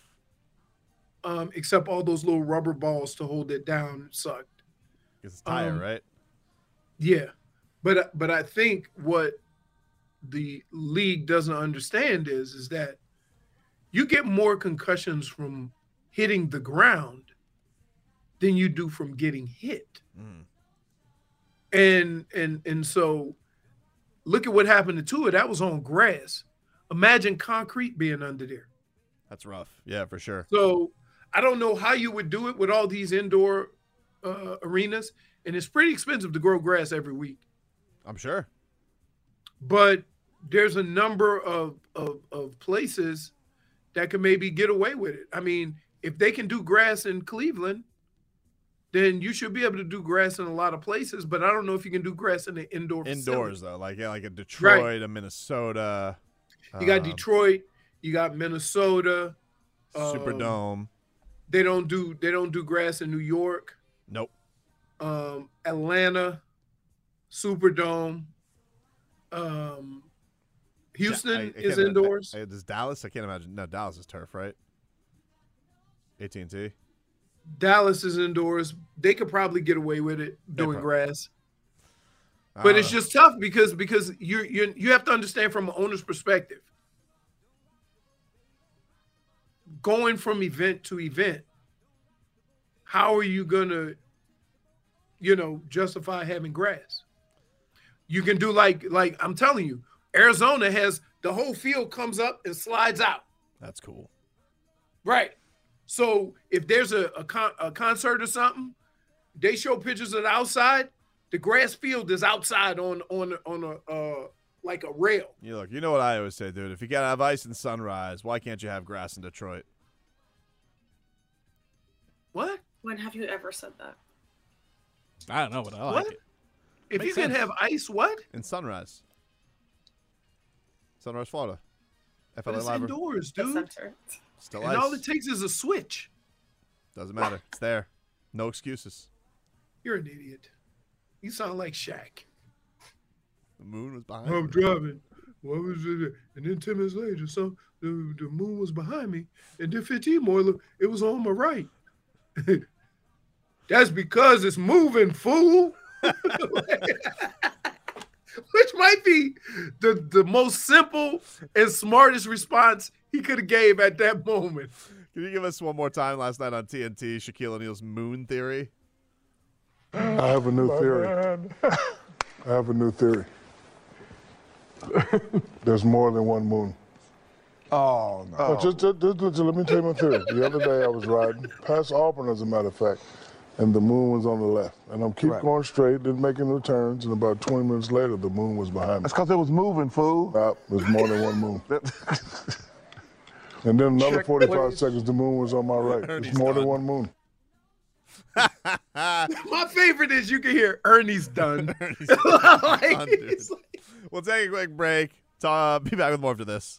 [SPEAKER 9] Um, except all those little rubber balls to hold it down sucked.
[SPEAKER 2] it's tire,
[SPEAKER 9] um,
[SPEAKER 2] right?
[SPEAKER 9] Yeah, but but I think what the league doesn't understand is is that you get more concussions from hitting the ground than you do from getting hit. And and and so look at what happened to Tua. That was on grass. Imagine concrete being under there.
[SPEAKER 2] That's rough. Yeah, for sure.
[SPEAKER 9] So I don't know how you would do it with all these indoor uh, arenas, and it's pretty expensive to grow grass every week.
[SPEAKER 2] I'm sure.
[SPEAKER 9] But there's a number of of, of places that can maybe get away with it. I mean, if they can do grass in Cleveland, then you should be able to do grass in a lot of places. But I don't know if you can do grass in an indoor
[SPEAKER 2] Indoors
[SPEAKER 9] facility.
[SPEAKER 2] though, like yeah, like a Detroit, a Minnesota.
[SPEAKER 9] You got
[SPEAKER 2] um,
[SPEAKER 9] Detroit, you got Minnesota, um,
[SPEAKER 2] Superdome.
[SPEAKER 9] They don't do they don't do grass in New York.
[SPEAKER 2] Nope.
[SPEAKER 9] um, Atlanta, Superdome, um, Houston
[SPEAKER 2] I- I
[SPEAKER 9] is
[SPEAKER 2] can't-
[SPEAKER 9] indoors.
[SPEAKER 2] I, I- is Dallas? I can't imagine. No, Dallas is turf, right? AT and T.
[SPEAKER 9] Dallas is indoors. They could probably get away with it doing
[SPEAKER 2] prob-
[SPEAKER 9] grass, but it's just tough because because you you you have to understand from an owner's perspective. Going from event to event, how are you gonna, you know, justify having grass? You can do like like I'm telling you, Arizona has the whole field comes up and slides out.
[SPEAKER 2] that's cool.
[SPEAKER 9] Right. So if there's a a, con- a concert or something, they show pictures of the outside. The grass field is outside on on on a uh, like a rail.
[SPEAKER 2] You look. You know what I always say, dude. If you gotta have ice in Sunrise, why can't you have grass in Detroit?
[SPEAKER 9] What?
[SPEAKER 11] When have you ever said that?
[SPEAKER 3] I don't know, but I like
[SPEAKER 9] What?
[SPEAKER 3] it.
[SPEAKER 9] If
[SPEAKER 3] Makes
[SPEAKER 9] you can
[SPEAKER 3] sense.
[SPEAKER 9] have ice, what?
[SPEAKER 2] In Sunrise. Sunrise, Florida.
[SPEAKER 9] But
[SPEAKER 2] FLA
[SPEAKER 9] it's
[SPEAKER 2] Live.
[SPEAKER 9] indoors, dude.
[SPEAKER 2] Still
[SPEAKER 9] and all
[SPEAKER 2] ice.
[SPEAKER 9] it takes is a switch.
[SPEAKER 2] Doesn't matter. It's there. No excuses.
[SPEAKER 9] You're an idiot. You sound like Shaq.
[SPEAKER 2] The moon was behind.
[SPEAKER 9] I'm
[SPEAKER 2] me.
[SPEAKER 9] driving. What was it? And then ten minutes later, so the, the moon was behind me, and then fifteen more. lo- It was on my right. That's because it's moving, fool. Which might be the the most simple and smartest response he could have gave at that moment.
[SPEAKER 2] Can you give us one more time last night on TNT, Shaquille O'Neal's moon theory?
[SPEAKER 13] I have a new theory. I have a new theory. There's more than one moon.
[SPEAKER 14] Oh, no.
[SPEAKER 13] Oh, just, just, just- just let me tell you my theory. The other day I was riding past Auburn, as a matter of fact, and the moon was on the left. And I'm keep
[SPEAKER 14] Right.
[SPEAKER 13] going straight, didn't make any returns, and about 20 minutes later, the moon was behind me.
[SPEAKER 14] That's because it was moving, fool.
[SPEAKER 13] Stop. There's more than one moon. and then another
[SPEAKER 14] Check,
[SPEAKER 13] 45
[SPEAKER 14] please.
[SPEAKER 13] seconds, the moon was on my right. There's more than one moon.
[SPEAKER 9] My favorite is you can hear Ernie's done.
[SPEAKER 2] Come on, dude. We'll take a quick break. Ta- be back with more after this.